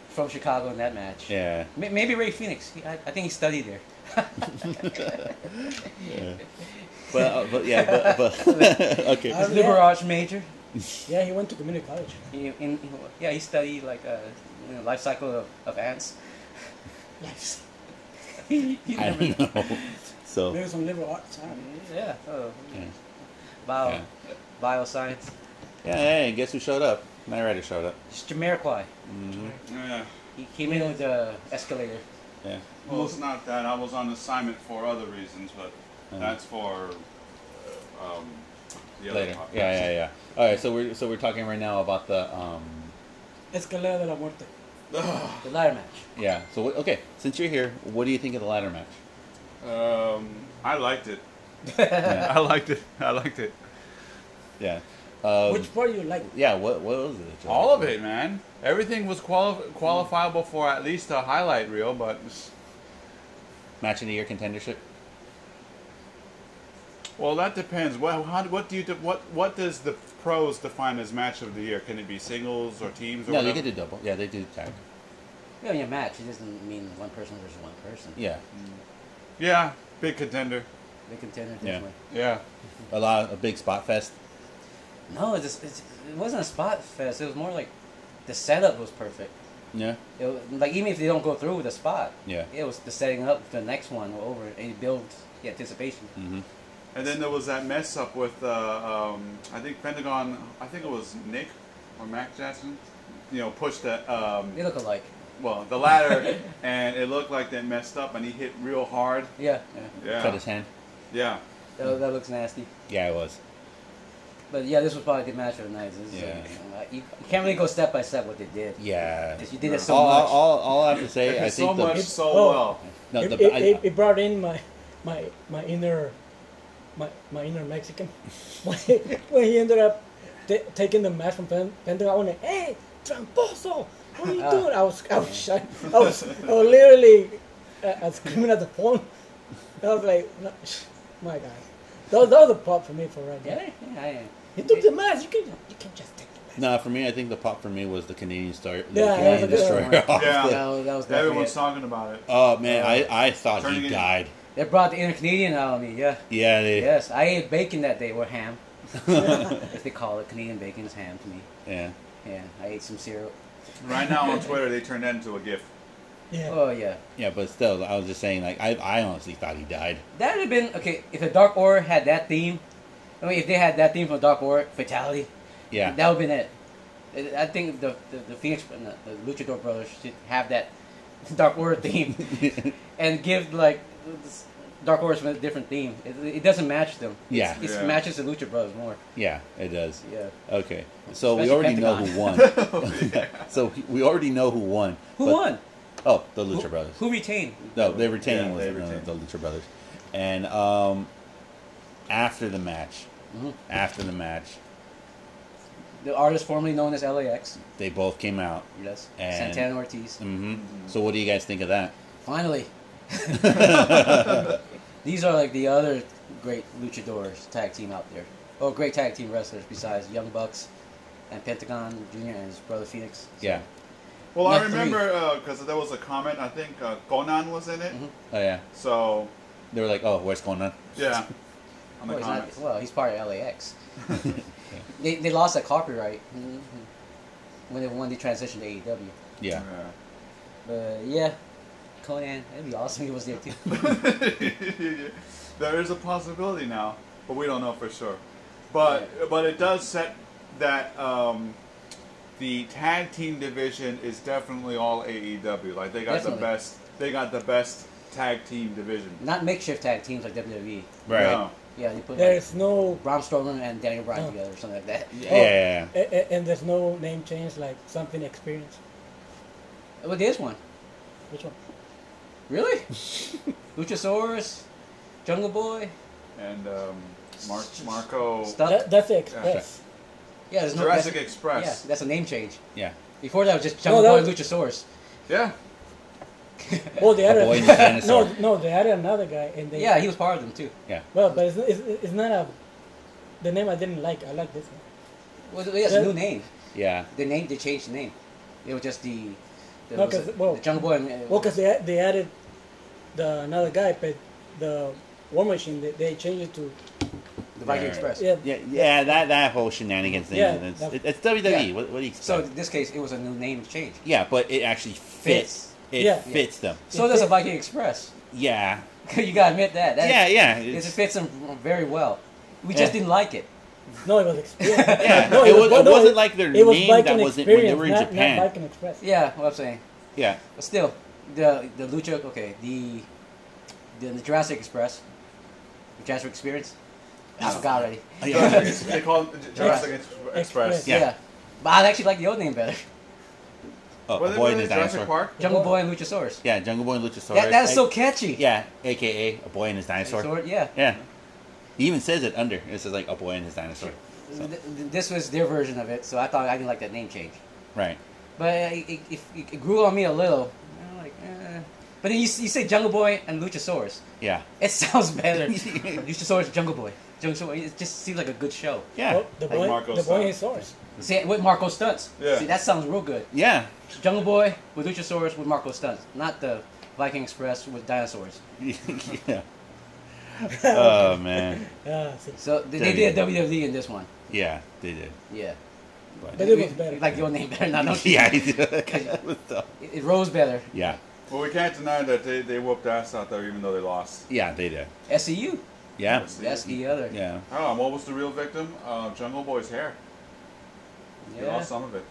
[SPEAKER 2] from Chicago in that match.
[SPEAKER 1] Yeah.
[SPEAKER 2] May- Maybe Ray Phoenix. He- I, I think he studied there.
[SPEAKER 1] yeah. But, uh, but yeah, but,
[SPEAKER 2] *laughs*
[SPEAKER 1] but *laughs* okay.
[SPEAKER 3] Oh,
[SPEAKER 2] His
[SPEAKER 3] yeah.
[SPEAKER 2] liberal arts major. Mm-hmm.
[SPEAKER 3] yeah, he went to community college.
[SPEAKER 2] He, in, he- yeah, he studied like uh, you know, life cycle of, of ants.
[SPEAKER 3] *laughs* Yes,
[SPEAKER 2] *laughs* he, he
[SPEAKER 1] I
[SPEAKER 2] never-
[SPEAKER 1] don't know. So
[SPEAKER 2] Oh.
[SPEAKER 3] maybe some liberal arts. I don't know.
[SPEAKER 2] Yeah. Oh,
[SPEAKER 1] yeah.
[SPEAKER 2] bio,
[SPEAKER 1] Yeah.
[SPEAKER 2] bioscience.
[SPEAKER 1] yeah, hey, guess who showed up? Knight Rider showed up.
[SPEAKER 2] It's Jamiroquai.
[SPEAKER 1] hmm
[SPEAKER 4] Yeah.
[SPEAKER 2] He came in with the escalator.
[SPEAKER 1] Yeah.
[SPEAKER 4] Well, it's not that. I was on assignment for other reasons, but
[SPEAKER 1] Uh.
[SPEAKER 4] that's for um, the other
[SPEAKER 1] Later.
[SPEAKER 4] podcast.
[SPEAKER 1] Yeah, yeah, yeah. All right, so we're so we're talking right now about the um
[SPEAKER 3] Escalera de la Muerte.
[SPEAKER 2] The ladder match.
[SPEAKER 1] yeah. So what, okay, since you're here, what do you think of the ladder match?
[SPEAKER 4] Um, I
[SPEAKER 1] *laughs*
[SPEAKER 4] liked it.
[SPEAKER 1] yeah.
[SPEAKER 4] I liked it. I liked it.
[SPEAKER 1] yeah.
[SPEAKER 2] Oh.
[SPEAKER 1] Um,
[SPEAKER 3] Which part you like?
[SPEAKER 1] yeah, what what was it?
[SPEAKER 4] All of it, man. Everything was quali- qualifiable for at least a highlight reel, but
[SPEAKER 1] Match of the year contendership.
[SPEAKER 4] well, that depends. Well, how, what do you de- what what does the pros define as match of the year? Can it be singles or teams or
[SPEAKER 1] No, they
[SPEAKER 4] whatever?
[SPEAKER 1] did do double. Yeah, they do tag.
[SPEAKER 2] Yeah, your match. It doesn't mean one person versus one person.
[SPEAKER 1] Yeah.
[SPEAKER 4] Yeah, big contender.
[SPEAKER 2] They contender
[SPEAKER 1] Yeah.
[SPEAKER 2] definitely.
[SPEAKER 4] Yeah.
[SPEAKER 1] A lot a big spot fest.
[SPEAKER 2] No, it's, just- it's, it wasn't a spot fest. It was more like the setup was perfect.
[SPEAKER 1] Yeah.
[SPEAKER 2] It was, like even if they don't go through with the spot,
[SPEAKER 1] Yeah.
[SPEAKER 2] it was the setting up for the next one over and it builds the anticipation.
[SPEAKER 1] Mhm.
[SPEAKER 4] And then there was that mess up with, uh, um, I think Pentagon, I think it was Nick or Mac Jackson, you know, pushed the, um,
[SPEAKER 2] They look alike.
[SPEAKER 4] well, the ladder, *laughs* and it looked like they messed up, and he hit real hard.
[SPEAKER 2] Yeah, yeah.
[SPEAKER 1] Cut
[SPEAKER 4] Yeah,
[SPEAKER 1] his hand.
[SPEAKER 4] yeah.
[SPEAKER 2] That, that looks nasty.
[SPEAKER 1] Yeah, it was.
[SPEAKER 2] But yeah, this was probably the match of the night. This is,
[SPEAKER 1] Yeah.
[SPEAKER 2] uh, you, you can't really go step by step what they did.
[SPEAKER 1] Yeah.
[SPEAKER 2] Because you did it so
[SPEAKER 1] all,
[SPEAKER 2] much.
[SPEAKER 1] all, all I have to say, I think
[SPEAKER 4] so
[SPEAKER 1] the,
[SPEAKER 4] much, so
[SPEAKER 3] Oh.
[SPEAKER 4] well.
[SPEAKER 1] no,
[SPEAKER 3] it,
[SPEAKER 1] the,
[SPEAKER 3] it,
[SPEAKER 1] I-
[SPEAKER 3] it, it brought in my my my inner my, my inner Mexican *laughs* when, he- when he ended up ta taking the match from Pen- Pentagon. I went, "Hey, tramposo, what are you
[SPEAKER 2] Ah.
[SPEAKER 3] doing?" I was I was shy. I was I was literally uh, I was screaming at the phone. I was like, no, "My God, that was, that was a pop for me for right now."
[SPEAKER 2] Yeah, yeah, yeah.
[SPEAKER 3] He took the match. You can you can just take the match.
[SPEAKER 1] No, for me, I think the pop for me was the Canadian Star, the
[SPEAKER 3] Yeah,
[SPEAKER 1] Canadian
[SPEAKER 3] that was a
[SPEAKER 1] Destroyer.
[SPEAKER 2] *laughs*
[SPEAKER 3] good
[SPEAKER 2] That
[SPEAKER 4] Yeah.
[SPEAKER 2] was, that was definitely
[SPEAKER 4] Everyone's
[SPEAKER 2] it.
[SPEAKER 4] talking about it.
[SPEAKER 1] *laughs* Oh man, I, I thought
[SPEAKER 4] Turning
[SPEAKER 1] he
[SPEAKER 4] in.
[SPEAKER 1] died.
[SPEAKER 2] They brought the inner Canadian out of me, yeah.
[SPEAKER 1] Yeah, they, yeah,
[SPEAKER 2] Yes, I ate bacon that day, or
[SPEAKER 1] *laughs*
[SPEAKER 2] ham, if they call it. Canadian bacon is ham to me. Yeah, I ate some syrup.
[SPEAKER 4] Right now on Twitter, they turned that into a GIF.
[SPEAKER 3] Yeah.
[SPEAKER 2] Oh, yeah.
[SPEAKER 1] yeah. But still, I was just saying, like, I, I honestly thought he died.
[SPEAKER 2] That would have been, okay, if the Dark Order had that theme, I mean, if they had that theme from Dark Order, Fatality,
[SPEAKER 1] Yeah,
[SPEAKER 2] that would have been it. I- I think the, the, the Phoenix, no, the Luchador Brothers should have that *laughs* Dark Order
[SPEAKER 1] *laughs*
[SPEAKER 2] theme and give, like, this- Dark Order's a different theme. It, it doesn't match them.
[SPEAKER 1] Yeah.
[SPEAKER 2] It
[SPEAKER 4] Yeah.
[SPEAKER 2] matches the Lucha Brothers more.
[SPEAKER 1] yeah, it does.
[SPEAKER 2] Yeah.
[SPEAKER 1] Okay, so we
[SPEAKER 2] Especially
[SPEAKER 1] already know who
[SPEAKER 2] *laughs*
[SPEAKER 1] won. *laughs*
[SPEAKER 4] Yeah.
[SPEAKER 1] so we already know who won.
[SPEAKER 2] Who
[SPEAKER 1] but-
[SPEAKER 2] won?
[SPEAKER 1] Oh, the Lucha
[SPEAKER 2] who,
[SPEAKER 1] Brothers.
[SPEAKER 2] Who retained?
[SPEAKER 1] No, they retained
[SPEAKER 4] Yeah,
[SPEAKER 1] was
[SPEAKER 4] they
[SPEAKER 1] uh,
[SPEAKER 4] retained.
[SPEAKER 1] the Lucha Brothers, and um, after the match, after the match,
[SPEAKER 2] Mm-hmm. The artist formerly known as LAX.
[SPEAKER 1] they both came out.
[SPEAKER 2] Yes.
[SPEAKER 1] And-
[SPEAKER 2] Santana Ortiz.
[SPEAKER 1] Mm-hmm. hmm So, what do you guys think of that?
[SPEAKER 2] Finally. *laughs* These are like the other great luchadors tag team out there. Oh, great tag team wrestlers besides Young Bucks and Pentagon Jr. and his brother Phoenix. So-
[SPEAKER 1] Yeah.
[SPEAKER 4] Well,
[SPEAKER 2] Not
[SPEAKER 4] I
[SPEAKER 2] three.
[SPEAKER 4] remember because there was a comment. I think uh, Conan was in it.
[SPEAKER 2] Mhm.
[SPEAKER 1] Oh yeah.
[SPEAKER 4] So
[SPEAKER 1] They were like, "Oh, what's going on?"
[SPEAKER 4] yeah, on the
[SPEAKER 2] Well, he's not-
[SPEAKER 4] comments.
[SPEAKER 2] well, he's part of
[SPEAKER 1] *laughs*
[SPEAKER 2] LAX. *laughs* they, they lost that copyright mhm, when they, when they transitioned to AEW.
[SPEAKER 1] Yeah.
[SPEAKER 2] But yeah, Conan, that'd be awesome. if He was
[SPEAKER 1] *laughs*
[SPEAKER 2] there too.
[SPEAKER 4] Yeah. *laughs* there is a possibility now, but we don't know for sure. But but it does set that um, the tag team division is definitely all AEW. Like they got
[SPEAKER 2] Definitely.
[SPEAKER 4] the best. They got the best tag team division.
[SPEAKER 2] Not makeshift tag teams like E. WWE.
[SPEAKER 1] Right.
[SPEAKER 2] Oh.
[SPEAKER 4] No.
[SPEAKER 2] Yeah, they put
[SPEAKER 3] There
[SPEAKER 2] like,
[SPEAKER 3] is no
[SPEAKER 2] Braun Strowman and Daniel Bryan
[SPEAKER 3] No.
[SPEAKER 2] together or something like that.
[SPEAKER 1] Yeah. yeah,
[SPEAKER 3] a- a- and there's no name change like something experience.
[SPEAKER 2] Well, there's one.
[SPEAKER 3] Which one? *laughs*
[SPEAKER 2] Really? Luchasaurus, Jungle Boy.
[SPEAKER 4] And um, Mar- Marco
[SPEAKER 2] Stuff.
[SPEAKER 3] That, that's the
[SPEAKER 4] Yeah.
[SPEAKER 3] express.
[SPEAKER 2] Yeah, there's no
[SPEAKER 4] Jurassic
[SPEAKER 2] that's-
[SPEAKER 4] Express.
[SPEAKER 2] Yeah, that's a name change.
[SPEAKER 1] yeah.
[SPEAKER 2] Before that was just Jungle
[SPEAKER 3] that
[SPEAKER 2] Boy
[SPEAKER 3] was-
[SPEAKER 2] and Luchasaurus.
[SPEAKER 4] Yeah.
[SPEAKER 3] Well, the
[SPEAKER 1] A
[SPEAKER 3] other
[SPEAKER 1] boy
[SPEAKER 3] *laughs*
[SPEAKER 1] and a dinosaur.
[SPEAKER 3] no, no, they had another guy, and they
[SPEAKER 2] Yeah, he was part of them too.
[SPEAKER 1] yeah.
[SPEAKER 3] Well, but it's, it's, it's not a the name I didn't like. I like this one.
[SPEAKER 2] Well, yeah, it's a
[SPEAKER 3] Yeah.
[SPEAKER 2] new name.
[SPEAKER 1] Yeah.
[SPEAKER 2] The name they changed the name. It was just the the,
[SPEAKER 3] No,
[SPEAKER 2] was
[SPEAKER 3] 'cause-
[SPEAKER 2] it-
[SPEAKER 3] well-
[SPEAKER 2] the Jungle Boy and uh,
[SPEAKER 3] Well, because they, add- they added the another guy, but the War Machine they, they changed it to
[SPEAKER 2] the Viking
[SPEAKER 1] Yeah.
[SPEAKER 2] Express.
[SPEAKER 3] yeah.
[SPEAKER 1] Yeah, yeah, that that whole shenanigans thing.
[SPEAKER 3] Yeah,
[SPEAKER 1] it's,
[SPEAKER 3] that-
[SPEAKER 1] it- it's WWE.
[SPEAKER 2] Yeah.
[SPEAKER 1] What, what do you expect?
[SPEAKER 2] So in this case, it was a new name change.
[SPEAKER 1] yeah, but it actually fits.
[SPEAKER 2] Fits.
[SPEAKER 1] It
[SPEAKER 3] Yeah.
[SPEAKER 1] fits them.
[SPEAKER 2] So does a Viking Express. *laughs*
[SPEAKER 1] Yeah,
[SPEAKER 2] you gotta admit that. that
[SPEAKER 1] yeah, yeah.
[SPEAKER 2] It
[SPEAKER 1] It's,
[SPEAKER 2] fits them very well. We just
[SPEAKER 3] Yeah.
[SPEAKER 2] didn't like it.
[SPEAKER 3] No,
[SPEAKER 1] *laughs*
[SPEAKER 3] it was experience.
[SPEAKER 1] yeah,
[SPEAKER 3] No,
[SPEAKER 1] it, was,
[SPEAKER 3] no,
[SPEAKER 1] it wasn't
[SPEAKER 3] it-
[SPEAKER 1] like their
[SPEAKER 3] it was
[SPEAKER 1] name
[SPEAKER 3] Viking
[SPEAKER 1] that wasn't when they
[SPEAKER 3] Experience,
[SPEAKER 1] were in
[SPEAKER 3] not,
[SPEAKER 1] Japan.
[SPEAKER 3] Not Viking Express.
[SPEAKER 2] Yeah, what I'm saying.
[SPEAKER 1] yeah,
[SPEAKER 2] But still, the the lucha. Okay, the the, the Jurassic Express, the Jurassic Experience. I forgot already.
[SPEAKER 1] Oh, yeah.
[SPEAKER 4] they call it J- Jurassic Ex- Express.
[SPEAKER 3] Express.
[SPEAKER 1] Yeah.
[SPEAKER 2] But I actually like the old
[SPEAKER 1] *laughs*
[SPEAKER 2] name better.
[SPEAKER 1] *laughs* Oh,
[SPEAKER 4] Were
[SPEAKER 1] a
[SPEAKER 4] they
[SPEAKER 1] boy
[SPEAKER 4] really
[SPEAKER 1] and his
[SPEAKER 4] Jurassic
[SPEAKER 1] dinosaur.
[SPEAKER 4] Park?
[SPEAKER 2] Jungle Boy and Luchasaurus.
[SPEAKER 1] Yeah, Jungle Boy and Luchasaurus.
[SPEAKER 2] That, that's so
[SPEAKER 1] I-
[SPEAKER 2] catchy.
[SPEAKER 1] Yeah, AKA a boy and his dinosaur.
[SPEAKER 2] Sword, yeah.
[SPEAKER 1] Yeah, he even says it under. It says like a boy and his dinosaur. So,
[SPEAKER 2] Th- th- This was their version of it, so I thought I didn't like that name change.
[SPEAKER 1] right.
[SPEAKER 2] But uh, it, it, it, it grew on me a little. I'm like, eh. But then you, s- you say Jungle Boy and Luchasaurus.
[SPEAKER 1] Yeah.
[SPEAKER 2] It *laughs*
[SPEAKER 1] *laughs*
[SPEAKER 2] sounds better. Luchasaurus, Jungle Boy. Jungle Boy. It just seems like a good show.
[SPEAKER 1] Yeah.
[SPEAKER 3] Well, Oh, the
[SPEAKER 4] Like
[SPEAKER 3] boy,
[SPEAKER 4] Marco
[SPEAKER 3] the boy
[SPEAKER 4] Stunt.
[SPEAKER 3] is source.
[SPEAKER 1] Hmm.
[SPEAKER 2] See, with Marco Stunts.
[SPEAKER 4] Yeah.
[SPEAKER 2] See, that sounds real good.
[SPEAKER 1] yeah. *laughs*
[SPEAKER 2] Jungle Boy with Luchasaurus with Marco Stunts, not the Viking Express with dinosaurs.
[SPEAKER 1] yeah. Oh man.
[SPEAKER 3] Yeah, Ah, see.
[SPEAKER 2] So they, they did
[SPEAKER 1] E.
[SPEAKER 2] a WWE in this one.
[SPEAKER 1] Yeah, they did.
[SPEAKER 2] Yeah.
[SPEAKER 3] But
[SPEAKER 1] But,
[SPEAKER 3] it was better.
[SPEAKER 2] Like your name better, not no.
[SPEAKER 1] *laughs* yeah, he did.
[SPEAKER 3] *laughs*
[SPEAKER 1] That was tough.
[SPEAKER 2] It, it rose better.
[SPEAKER 1] yeah.
[SPEAKER 4] Well, we can't deny that they, they whooped ass out there, even though they lost.
[SPEAKER 1] Yeah, they did.
[SPEAKER 2] SEU.
[SPEAKER 1] Yeah.
[SPEAKER 2] That's the E other.
[SPEAKER 1] Yeah.
[SPEAKER 4] Oh, what was the real victim? Uh, Jungle Boy's hair. He
[SPEAKER 2] Yeah,
[SPEAKER 4] lost some of it.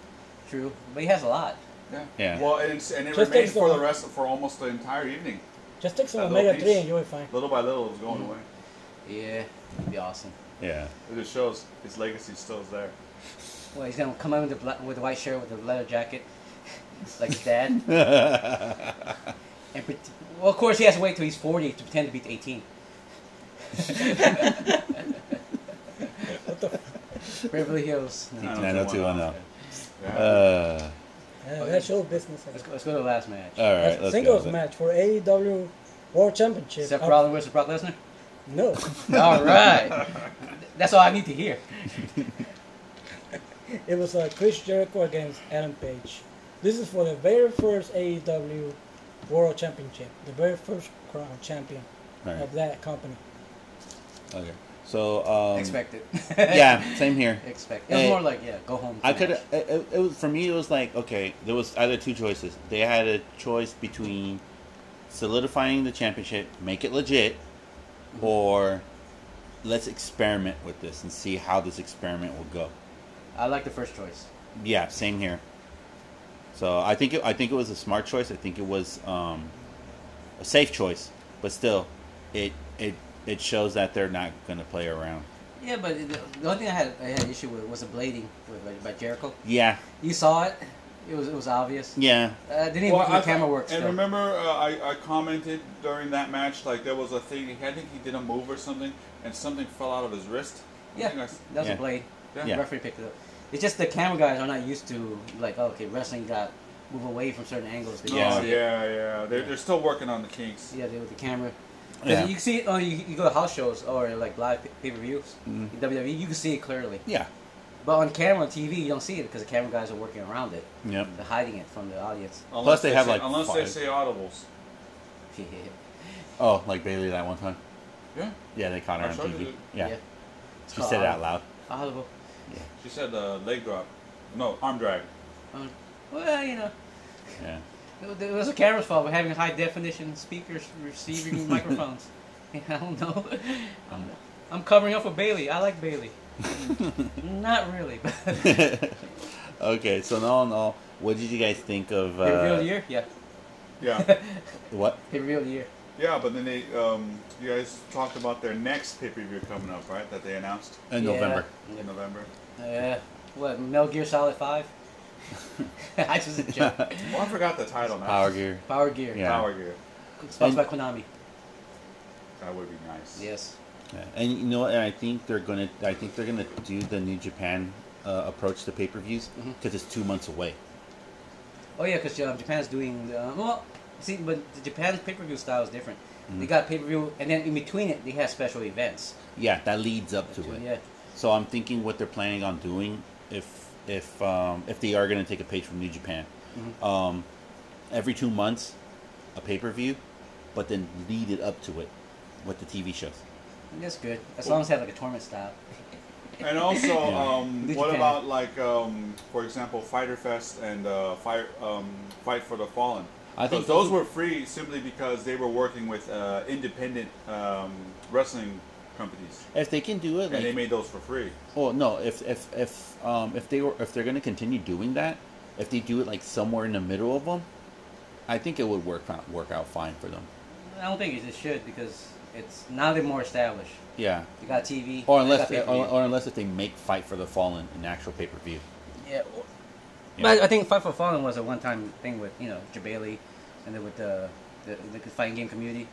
[SPEAKER 2] True. But he has a lot.
[SPEAKER 4] Yeah.
[SPEAKER 1] Yeah.
[SPEAKER 4] Well, and, it's, and it
[SPEAKER 3] Just
[SPEAKER 4] remained
[SPEAKER 3] takes a
[SPEAKER 4] for the
[SPEAKER 3] while.
[SPEAKER 4] rest for almost the entire evening.
[SPEAKER 3] Just take some
[SPEAKER 4] That
[SPEAKER 3] omega
[SPEAKER 4] little
[SPEAKER 3] three
[SPEAKER 4] piece.
[SPEAKER 3] and you will find.
[SPEAKER 4] Little by little, it was going away.
[SPEAKER 2] Yeah. That'd be awesome.
[SPEAKER 1] Yeah.
[SPEAKER 4] It just shows his legacy still is there.
[SPEAKER 2] Well, he's gonna come out with the black, with the white shirt with the leather jacket, *laughs* like
[SPEAKER 1] *laughs*
[SPEAKER 2] his dad. and pret well, of course, he has to wait till he's forty to pretend to be
[SPEAKER 1] *laughs*
[SPEAKER 2] eighteen.
[SPEAKER 3] What the? F-
[SPEAKER 2] Beverly Hills. No.
[SPEAKER 1] 90210.
[SPEAKER 4] Yeah.
[SPEAKER 1] Uh,
[SPEAKER 3] yeah, that show business.
[SPEAKER 2] Let's go, let's go to the last match.
[SPEAKER 1] all right.
[SPEAKER 3] That's
[SPEAKER 1] Let's
[SPEAKER 3] singles
[SPEAKER 1] go with it.
[SPEAKER 3] match for AEW World Championship.
[SPEAKER 2] Seth
[SPEAKER 3] Uh,
[SPEAKER 2] Rollins versus Brock Lesnar.
[SPEAKER 3] No.
[SPEAKER 2] All
[SPEAKER 1] *laughs*
[SPEAKER 2] right. That's all I need to hear.
[SPEAKER 3] It was uh, Chris Jericho against Adam Page. This is for the very first AEW World Championship, the very first crown champion
[SPEAKER 1] All right.
[SPEAKER 3] of that company.
[SPEAKER 1] Okay. So. Um,
[SPEAKER 2] Expected.
[SPEAKER 1] Yeah. Same here.
[SPEAKER 2] *laughs* Expect. It was
[SPEAKER 1] Hey.
[SPEAKER 2] more like yeah, go home.
[SPEAKER 1] I
[SPEAKER 2] match.
[SPEAKER 1] could. It, it, it was for me. It was like okay. There was either two choices. They had a choice between solidifying the championship, make it legit, or let's experiment with this and see how this experiment will go.
[SPEAKER 2] I like the first choice.
[SPEAKER 1] Yeah, same here. So I think it, I think it was a smart choice. I think it was um, a safe choice, but still, it it it shows that they're not going to play around.
[SPEAKER 2] Yeah, but the, the only thing I had I had issue with was the blading with, by, by Jericho.
[SPEAKER 1] Yeah,
[SPEAKER 2] You saw it. It was it was obvious.
[SPEAKER 1] yeah,
[SPEAKER 2] Uh, they didn't
[SPEAKER 4] Well,
[SPEAKER 2] even do
[SPEAKER 4] I-
[SPEAKER 2] the camera work.
[SPEAKER 4] And
[SPEAKER 2] still.
[SPEAKER 4] remember, uh, I, I commented during that match, like there was a thing. I think he did a move or something, and something fell out of his wrist. I
[SPEAKER 2] yeah,
[SPEAKER 4] think I
[SPEAKER 2] that
[SPEAKER 4] s-
[SPEAKER 2] was
[SPEAKER 1] Yeah.
[SPEAKER 2] a blade.
[SPEAKER 4] Yeah.
[SPEAKER 2] The referee picked it up. It's just the camera guys are not used to like okay oh, wrestling got move away from certain angles. That you
[SPEAKER 1] Yeah.
[SPEAKER 4] Oh,
[SPEAKER 2] can see it.
[SPEAKER 4] yeah, yeah. They're, they're still working on the kinks.
[SPEAKER 2] Yeah, they, with the camera. 'Cause
[SPEAKER 1] Yeah.
[SPEAKER 2] You can see it on you, you go to house shows or like live pay per views.
[SPEAKER 1] Mm-hmm.
[SPEAKER 2] WWE, E, you can see it clearly.
[SPEAKER 1] Yeah.
[SPEAKER 2] But on camera, on TV, you don't see it because the camera guys are working around it.
[SPEAKER 1] Yep.
[SPEAKER 2] They're hiding it from the audience. *laughs*
[SPEAKER 4] Unless
[SPEAKER 1] Plus they have,
[SPEAKER 4] say,
[SPEAKER 1] like,
[SPEAKER 4] unless they
[SPEAKER 1] five.
[SPEAKER 4] say audibles.
[SPEAKER 1] Oh, like Bailey that one time.
[SPEAKER 4] Yeah,
[SPEAKER 1] Yeah, they caught her
[SPEAKER 4] I
[SPEAKER 1] on
[SPEAKER 4] showed you
[SPEAKER 1] TV.
[SPEAKER 4] the-
[SPEAKER 1] Yeah.
[SPEAKER 2] Yeah.
[SPEAKER 1] She said it out loud.
[SPEAKER 2] Audible.
[SPEAKER 4] she said uh, leg drop, no arm drag.
[SPEAKER 2] Um, well, you know,
[SPEAKER 1] Yeah.
[SPEAKER 2] it it was a camera's fault. We're having high definition speakers
[SPEAKER 1] *laughs*
[SPEAKER 2] receiving microphones. *laughs* Yeah, I don't know.
[SPEAKER 1] Um,
[SPEAKER 2] I'm, I'm covering up for Bailey. I
[SPEAKER 1] *laughs*
[SPEAKER 2] like Bailey. Not really. But *laughs*
[SPEAKER 1] okay, so in all in all, what did you guys think of
[SPEAKER 2] They revealed
[SPEAKER 1] uh,
[SPEAKER 2] the year? Yeah.
[SPEAKER 4] Yeah,
[SPEAKER 1] what?
[SPEAKER 2] They revealed the year.
[SPEAKER 4] yeah. But then they, um, you guys talked about their next pay per view coming up, right? That they announced
[SPEAKER 1] In
[SPEAKER 2] Yeah.
[SPEAKER 1] November.
[SPEAKER 4] in November.
[SPEAKER 2] Uh, what, Metal Gear Solid 5? *laughs* I just
[SPEAKER 1] *laughs*
[SPEAKER 2] a joke.
[SPEAKER 4] Well, Oh, I forgot the title now.
[SPEAKER 1] Power Gear.
[SPEAKER 2] Power Gear.
[SPEAKER 1] Yeah.
[SPEAKER 4] Power Gear.
[SPEAKER 2] Sponsored by Konami.
[SPEAKER 4] That would be nice.
[SPEAKER 2] Yes.
[SPEAKER 1] Yeah. And you know what? I think they're gonna. I think they're gonna do the New Japan uh, approach to pay-per-views because it's two months away.
[SPEAKER 2] Oh, yeah, because uh, Japan's doing. the- Uh, well, see, but the Japan's pay per view style is different.
[SPEAKER 1] Mm-hmm.
[SPEAKER 2] They got pay per view, and then in between it, they have special events.
[SPEAKER 1] Yeah, that leads up to it.
[SPEAKER 2] Yeah.
[SPEAKER 1] So I'm thinking what they're planning on doing if if um, if they are going to take a page from New Japan.
[SPEAKER 4] Mm-hmm.
[SPEAKER 1] Um, every two months, a pay per view, but then lead it up to it with the TV shows.
[SPEAKER 2] That's good. As long as they have like a tournament style.
[SPEAKER 4] And
[SPEAKER 1] *laughs*
[SPEAKER 4] also,
[SPEAKER 1] Yeah.
[SPEAKER 4] um,
[SPEAKER 2] New
[SPEAKER 4] what
[SPEAKER 2] Japan.
[SPEAKER 4] about like, um, for example, Fighter Fest and uh, Fire, um, Fight for the Fallen?
[SPEAKER 1] I think
[SPEAKER 4] 'Cause those
[SPEAKER 1] those-
[SPEAKER 4] were free simply because they were working with uh, independent um, wrestling companies,
[SPEAKER 1] If they can do it,
[SPEAKER 4] and they
[SPEAKER 1] like,
[SPEAKER 4] made those for free.
[SPEAKER 1] well, no, if if if um, if they were if they're going to continue doing that, if they do it like somewhere in the middle of them, I think it would work out work out fine for them.
[SPEAKER 2] I don't think it should because it's now they're more established.
[SPEAKER 1] Yeah.
[SPEAKER 2] They got TV.
[SPEAKER 1] Or
[SPEAKER 2] they
[SPEAKER 1] Oh, unless,
[SPEAKER 2] got
[SPEAKER 1] they,
[SPEAKER 2] pay-per-view.
[SPEAKER 1] or, or unless if they make Fight for the Fallen an actual pay per view.
[SPEAKER 2] Yeah. or- But uh, I think Fight for Fallen was a one-time thing with you know Jabali, and then with the the, the fighting game community.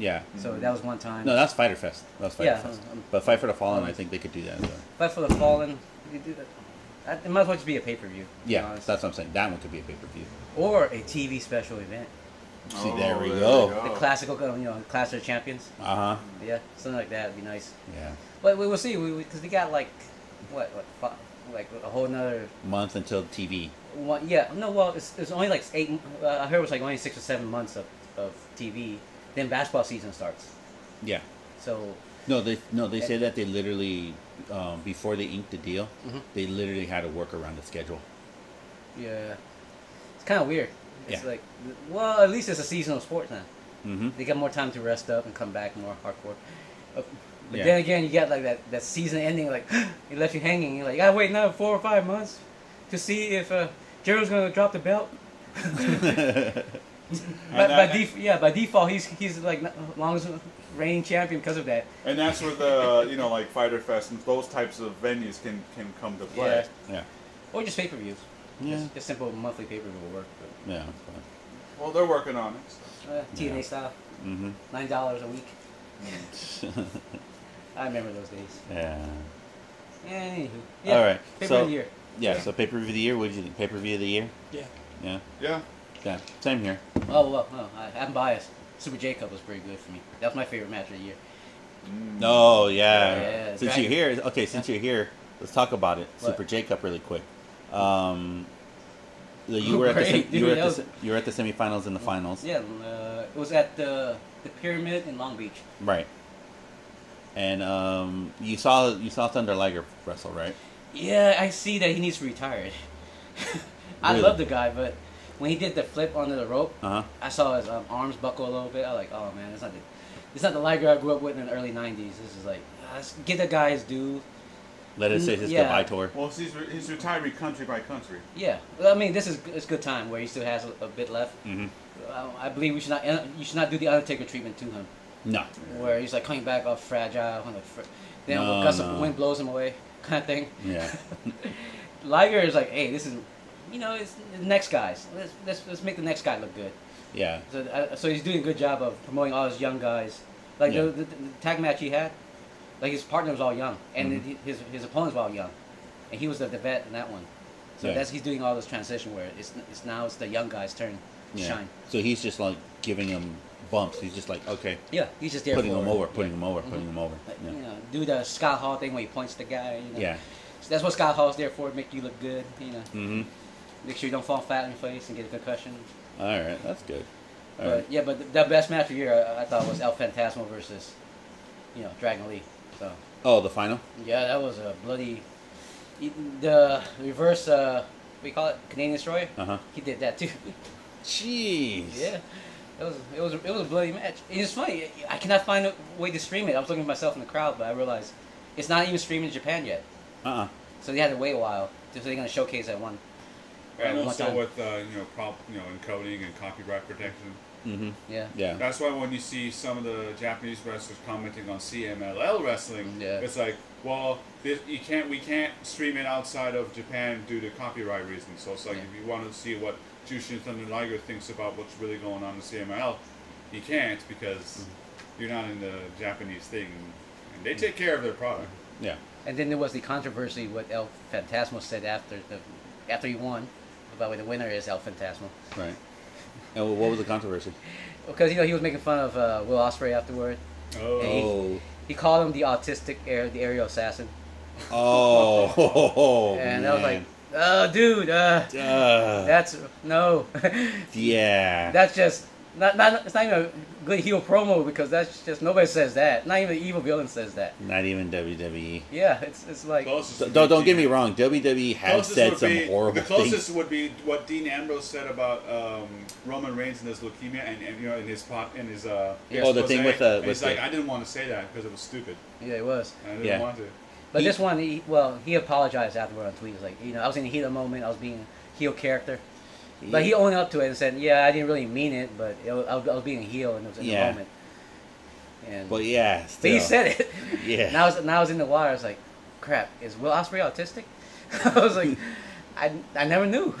[SPEAKER 1] Yeah.
[SPEAKER 4] Mm-hmm.
[SPEAKER 2] So that was one time.
[SPEAKER 1] Mm-hmm. No, that's Fighter Fest. That's Fighter
[SPEAKER 2] Yeah.
[SPEAKER 1] Fest. But Fight for the Fallen, I think they could do that. Though.
[SPEAKER 2] Fight for the Fallen. you do that- It might as well just be a pay-per-view. to be
[SPEAKER 1] Yeah,
[SPEAKER 2] honest.
[SPEAKER 1] that's what I'm saying. That one could be a pay per view.
[SPEAKER 2] Or a TV special event.
[SPEAKER 4] Oh,
[SPEAKER 1] See, there we go.
[SPEAKER 2] The classical, uh, you know, Clash of Champions.
[SPEAKER 1] Uh huh.
[SPEAKER 2] Yeah, something like that would be nice.
[SPEAKER 1] Yeah.
[SPEAKER 2] But we will see. We because they got like what what five, like a whole another
[SPEAKER 1] Month until TV.
[SPEAKER 2] one. Yeah, no. Well, it's, it's only like eight. Uh, I heard it was like only six or seven months of of TV. Then basketball season starts.
[SPEAKER 1] Yeah.
[SPEAKER 2] So
[SPEAKER 1] No, they no they say that they literally um, before they inked the deal, they literally had to work around the schedule.
[SPEAKER 2] yeah, it's kind of weird. It's
[SPEAKER 1] Yeah.
[SPEAKER 2] like well, at least it's a seasonal sport now.
[SPEAKER 1] Mm-hmm.
[SPEAKER 2] They got more time to rest up and come back more hardcore. Uh, But
[SPEAKER 1] Yeah.
[SPEAKER 2] then again, you got like that, that season ending, like *gasps* it left you hanging. You're like, I wait another four or five months to see if uh, Gerald's gonna drop the belt. By,
[SPEAKER 4] And
[SPEAKER 2] by
[SPEAKER 4] that-
[SPEAKER 2] def- yeah, by default, he's he's like n- longest reigning champion because of that.
[SPEAKER 4] And that's where the you know like Fighter Fest and those types of venues can can come to play.
[SPEAKER 1] Yeah.
[SPEAKER 2] Or just pay per views.
[SPEAKER 1] Yeah.
[SPEAKER 2] Just, just simple monthly pay per view will work.
[SPEAKER 1] Yeah.
[SPEAKER 4] Well, they're working on it. so.
[SPEAKER 2] But, uh, TNA style,
[SPEAKER 1] Mm-hmm.
[SPEAKER 2] nine dollars a
[SPEAKER 1] *laughs*
[SPEAKER 2] week. I remember those days.
[SPEAKER 1] Yeah.
[SPEAKER 2] Anywho,
[SPEAKER 1] All right,
[SPEAKER 2] Pay per
[SPEAKER 1] so-
[SPEAKER 2] view year.
[SPEAKER 1] Yeah. So pay per view of the year. What did you think? Pay per view of the year.
[SPEAKER 3] Yeah.
[SPEAKER 1] Yeah.
[SPEAKER 4] Yeah.
[SPEAKER 1] Yeah. Same here.
[SPEAKER 2] Oh well, no, I, I'm biased. Super Jacob was pretty good for me. That was my favorite match of the year.
[SPEAKER 1] No. Yeah.
[SPEAKER 2] Yeah,
[SPEAKER 1] since
[SPEAKER 2] Dragon-
[SPEAKER 1] you're here, okay. Since you're here, let's talk about it.
[SPEAKER 2] What?
[SPEAKER 1] Super J Cup, really quick. Um, the- you were at the
[SPEAKER 2] *laughs* Great,
[SPEAKER 1] sem- you were
[SPEAKER 2] dude,
[SPEAKER 1] at the
[SPEAKER 2] that
[SPEAKER 1] se- you were at the semifinals and the finals.
[SPEAKER 2] Yeah, uh, it was at the the pyramid in Long Beach.
[SPEAKER 1] Right. And um, you saw you saw Thunder Liger wrestle, right?
[SPEAKER 2] Yeah, I see that he needs to retire. *laughs* I
[SPEAKER 1] Really?
[SPEAKER 2] love the guy, but when he did the flip onto the rope,
[SPEAKER 1] Uh huh.
[SPEAKER 2] I saw his um, arms buckle a little bit. I was like, oh man, it's not the, it's not the Liger I grew up with in the early '90s. This is like, ah, let's give the guy his due.
[SPEAKER 1] Let us say his
[SPEAKER 2] Yeah.
[SPEAKER 1] goodbye tour.
[SPEAKER 4] Well, he's re- he's retiring country by country.
[SPEAKER 2] Yeah, well, I mean, this is it's good time where he still has a, a bit left. Uh,
[SPEAKER 1] Mhm.
[SPEAKER 2] I, I believe we should not you should not do the Undertaker treatment to him,
[SPEAKER 1] No.
[SPEAKER 2] where he's like coming back all fragile, and like, fr- then
[SPEAKER 1] No,
[SPEAKER 2] a gust
[SPEAKER 1] no.
[SPEAKER 2] of wind blows him away, kind of thing. *laughs*
[SPEAKER 1] Yeah.
[SPEAKER 2] Liger is like, hey, this is, you know, it's the next guys. Let's let's, let's make the next guy look good.
[SPEAKER 1] Yeah.
[SPEAKER 2] So uh, so he's doing a good job of promoting all his young guys. Like
[SPEAKER 1] Yeah.
[SPEAKER 2] the, the, the tag match he had,
[SPEAKER 1] Mm-hmm.
[SPEAKER 2] like his partner was all young, and his his opponents were all young, and he was the, the vet in that one. So
[SPEAKER 1] Yeah.
[SPEAKER 2] that's he's doing all this transition where it's, it's now it's the young guy's turn to
[SPEAKER 1] Yeah.
[SPEAKER 2] shine.
[SPEAKER 1] So he's just like giving him bumps. He's just like, okay,
[SPEAKER 2] Yeah, he's just there
[SPEAKER 1] putting
[SPEAKER 2] for,
[SPEAKER 1] him over, putting him over,
[SPEAKER 2] Mhm.
[SPEAKER 1] putting him over.
[SPEAKER 2] Like,
[SPEAKER 1] Yeah.
[SPEAKER 2] You know, do the Scott Hall thing where he points the guy. You know.
[SPEAKER 1] Yeah.
[SPEAKER 2] So that's what Scott Hall's there for. Make you look good. You know,
[SPEAKER 1] hmm
[SPEAKER 2] make sure you don't fall flat on your face and get a concussion.
[SPEAKER 1] All right, that's good. All
[SPEAKER 2] but
[SPEAKER 1] right.
[SPEAKER 2] yeah, but the, the best match of the year I, I thought was El Fantasma versus, you know, Dragon Lee. So
[SPEAKER 1] Oh, the final.
[SPEAKER 2] yeah, that was a bloody, the reverse. Uh, we call it Canadian Destroyer.
[SPEAKER 1] Uh huh.
[SPEAKER 2] He did that too. *laughs*
[SPEAKER 1] Jeez.
[SPEAKER 2] yeah. It was it was it was a bloody match. And It's funny. I cannot find a way to stream it. I was looking at myself in the crowd, but I realized it's not even streamed in Japan yet.
[SPEAKER 1] Uh uh
[SPEAKER 2] So they had to wait a while. So they're gonna showcase that one.
[SPEAKER 5] And
[SPEAKER 2] one
[SPEAKER 5] also
[SPEAKER 2] time.
[SPEAKER 5] with uh, you know prompt you know encoding and copyright protection.
[SPEAKER 1] Mm-hmm.
[SPEAKER 2] yeah.
[SPEAKER 1] Yeah.
[SPEAKER 5] That's why when you see some of the Japanese wrestlers commenting on CMLL wrestling,
[SPEAKER 2] Yeah.
[SPEAKER 5] it's like, well, this, you can't we can't stream it outside of Japan due to copyright reasons. So it's like
[SPEAKER 2] Yeah.
[SPEAKER 5] if you want to see what Jushin Thunder Liger thinks about what's really going on in CMLL, you can't because
[SPEAKER 1] Mm-hmm.
[SPEAKER 5] you're not in the Japanese thing. And they take care of their product.
[SPEAKER 1] Yeah.
[SPEAKER 2] And then there was the controversy what El Fantasma said after the after he won. By the way, the winner is El Fantasma.
[SPEAKER 1] Right. And what was the controversy?
[SPEAKER 2] Because you know he was making fun of uh, Will Osprey afterward.
[SPEAKER 5] Oh,
[SPEAKER 2] Hey.
[SPEAKER 1] Oh.
[SPEAKER 2] He called him the autistic air, the aerial assassin,
[SPEAKER 1] Oh.
[SPEAKER 2] and
[SPEAKER 1] man.
[SPEAKER 2] I was like, "Oh, dude, uh,
[SPEAKER 1] Duh.
[SPEAKER 2] that's no, *laughs*
[SPEAKER 1] yeah.
[SPEAKER 2] that's just not, not. It's not even a good heel promo because that's just nobody says that. Not even the evil villain says that.
[SPEAKER 1] Not even WWE.
[SPEAKER 2] Yeah, it's it's like
[SPEAKER 5] Closest
[SPEAKER 1] So,
[SPEAKER 5] would
[SPEAKER 1] don't
[SPEAKER 5] be
[SPEAKER 1] don't get
[SPEAKER 5] Dean-
[SPEAKER 1] me wrong. WWE has
[SPEAKER 5] closest
[SPEAKER 1] said
[SPEAKER 5] would
[SPEAKER 1] some
[SPEAKER 5] be-
[SPEAKER 1] horrible
[SPEAKER 5] The closest
[SPEAKER 1] things.
[SPEAKER 5] would be what Dean Ambrose said about um, Roman Reigns and his leukemia, and, and you know, in his pot, in his uh,
[SPEAKER 2] Yeah.
[SPEAKER 1] Oh, the
[SPEAKER 5] expose.
[SPEAKER 1] thing with the-
[SPEAKER 5] And
[SPEAKER 1] with
[SPEAKER 5] he's like,
[SPEAKER 1] the-
[SPEAKER 5] I didn't want to say that because it was stupid.
[SPEAKER 2] yeah, it was.
[SPEAKER 5] And I didn't
[SPEAKER 1] Yeah.
[SPEAKER 5] want to.
[SPEAKER 2] But
[SPEAKER 1] He-
[SPEAKER 2] this one, he, well, he apologized afterward on tweet. He was like, you know, I was in the heat of the moment. I was being a heel character. But he owned up to it and said, yeah, I didn't really mean it, but it was, I was I was being a heel and it was in
[SPEAKER 1] Yeah.
[SPEAKER 2] the moment. And,
[SPEAKER 1] But yeah.
[SPEAKER 2] but he
[SPEAKER 1] still.
[SPEAKER 2] said it. *laughs*
[SPEAKER 1] Yeah.
[SPEAKER 2] Now, I was, now I was in the water. I was like, crap, is Will Osprey autistic? *laughs* I was like, I, I never knew.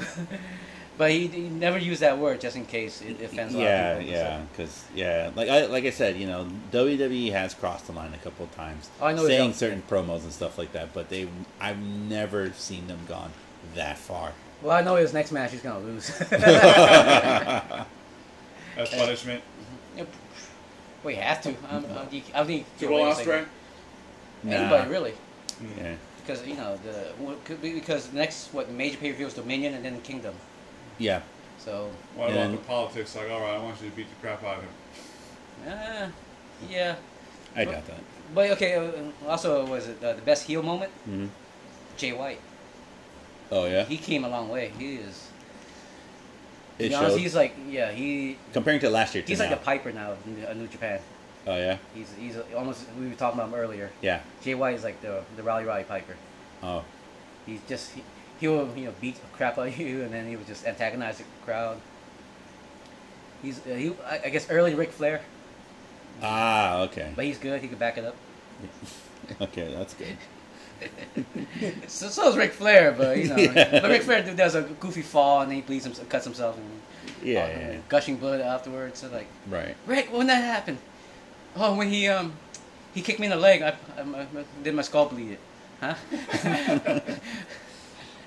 [SPEAKER 2] *laughs* but he, he never used that word just in case it offends a lot
[SPEAKER 1] yeah,
[SPEAKER 2] of people. so.
[SPEAKER 1] yeah, because yeah, like I like I said, you know, WWE has crossed the line a couple of times,
[SPEAKER 2] Oh, I know they
[SPEAKER 1] saying
[SPEAKER 2] don't.
[SPEAKER 1] certain promos and stuff like that, but they I've never seen them gone that far.
[SPEAKER 2] Well, I know his next match he's going to lose. *laughs*
[SPEAKER 5] As punishment
[SPEAKER 2] we have to. I'm, I'm, the- I'm the-
[SPEAKER 5] to Will Ospreay.
[SPEAKER 1] Nah.
[SPEAKER 2] Anybody, really.
[SPEAKER 1] Yeah,
[SPEAKER 2] Because you know the what could be because next what major pay per view is Dominion and then Kingdom.
[SPEAKER 1] yeah,
[SPEAKER 2] So
[SPEAKER 5] What
[SPEAKER 1] And-
[SPEAKER 5] about the politics? Like, all right, I want you to beat the crap out of
[SPEAKER 2] *laughs*
[SPEAKER 5] him.
[SPEAKER 2] uh, yeah,
[SPEAKER 1] I doubt that.
[SPEAKER 2] but okay. uh, Also, was it uh, the best heel moment?
[SPEAKER 1] hmm
[SPEAKER 2] Jay White.
[SPEAKER 1] Oh yeah,
[SPEAKER 2] Mm-hmm. He came a long way. He is. to
[SPEAKER 1] it
[SPEAKER 2] be honest,
[SPEAKER 1] shows.
[SPEAKER 2] he's like yeah he
[SPEAKER 1] Comparing to last year, to
[SPEAKER 2] he's
[SPEAKER 1] now.
[SPEAKER 2] like the Piper now of New, uh, New Japan.
[SPEAKER 1] oh yeah,
[SPEAKER 2] He's he's almost we were talking about him earlier.
[SPEAKER 1] yeah.
[SPEAKER 2] Jay White is like the the Rally Rally Piper.
[SPEAKER 1] Oh,
[SPEAKER 2] He's just he, he will you know beat the crap out of *laughs* you and then he would just antagonize the crowd. He's uh, he I, I guess early Ric Flair.
[SPEAKER 1] ah, okay,
[SPEAKER 2] But he's good. He can back it up.
[SPEAKER 1] *laughs* okay, that's good.
[SPEAKER 2] So, so is Ric Flair, but
[SPEAKER 1] *laughs*
[SPEAKER 2] you know,
[SPEAKER 1] Yeah.
[SPEAKER 2] but Ric Flair do- does a goofy fall and then he bleeds himself, cuts himself, and
[SPEAKER 1] Yeah,
[SPEAKER 2] uh,
[SPEAKER 1] yeah, yeah.
[SPEAKER 2] gushing blood afterwards. So like,
[SPEAKER 1] right.
[SPEAKER 2] Rick, when that happened? Oh, when he um, he kicked me in the leg. I, I, I- did my skull bleed it, huh?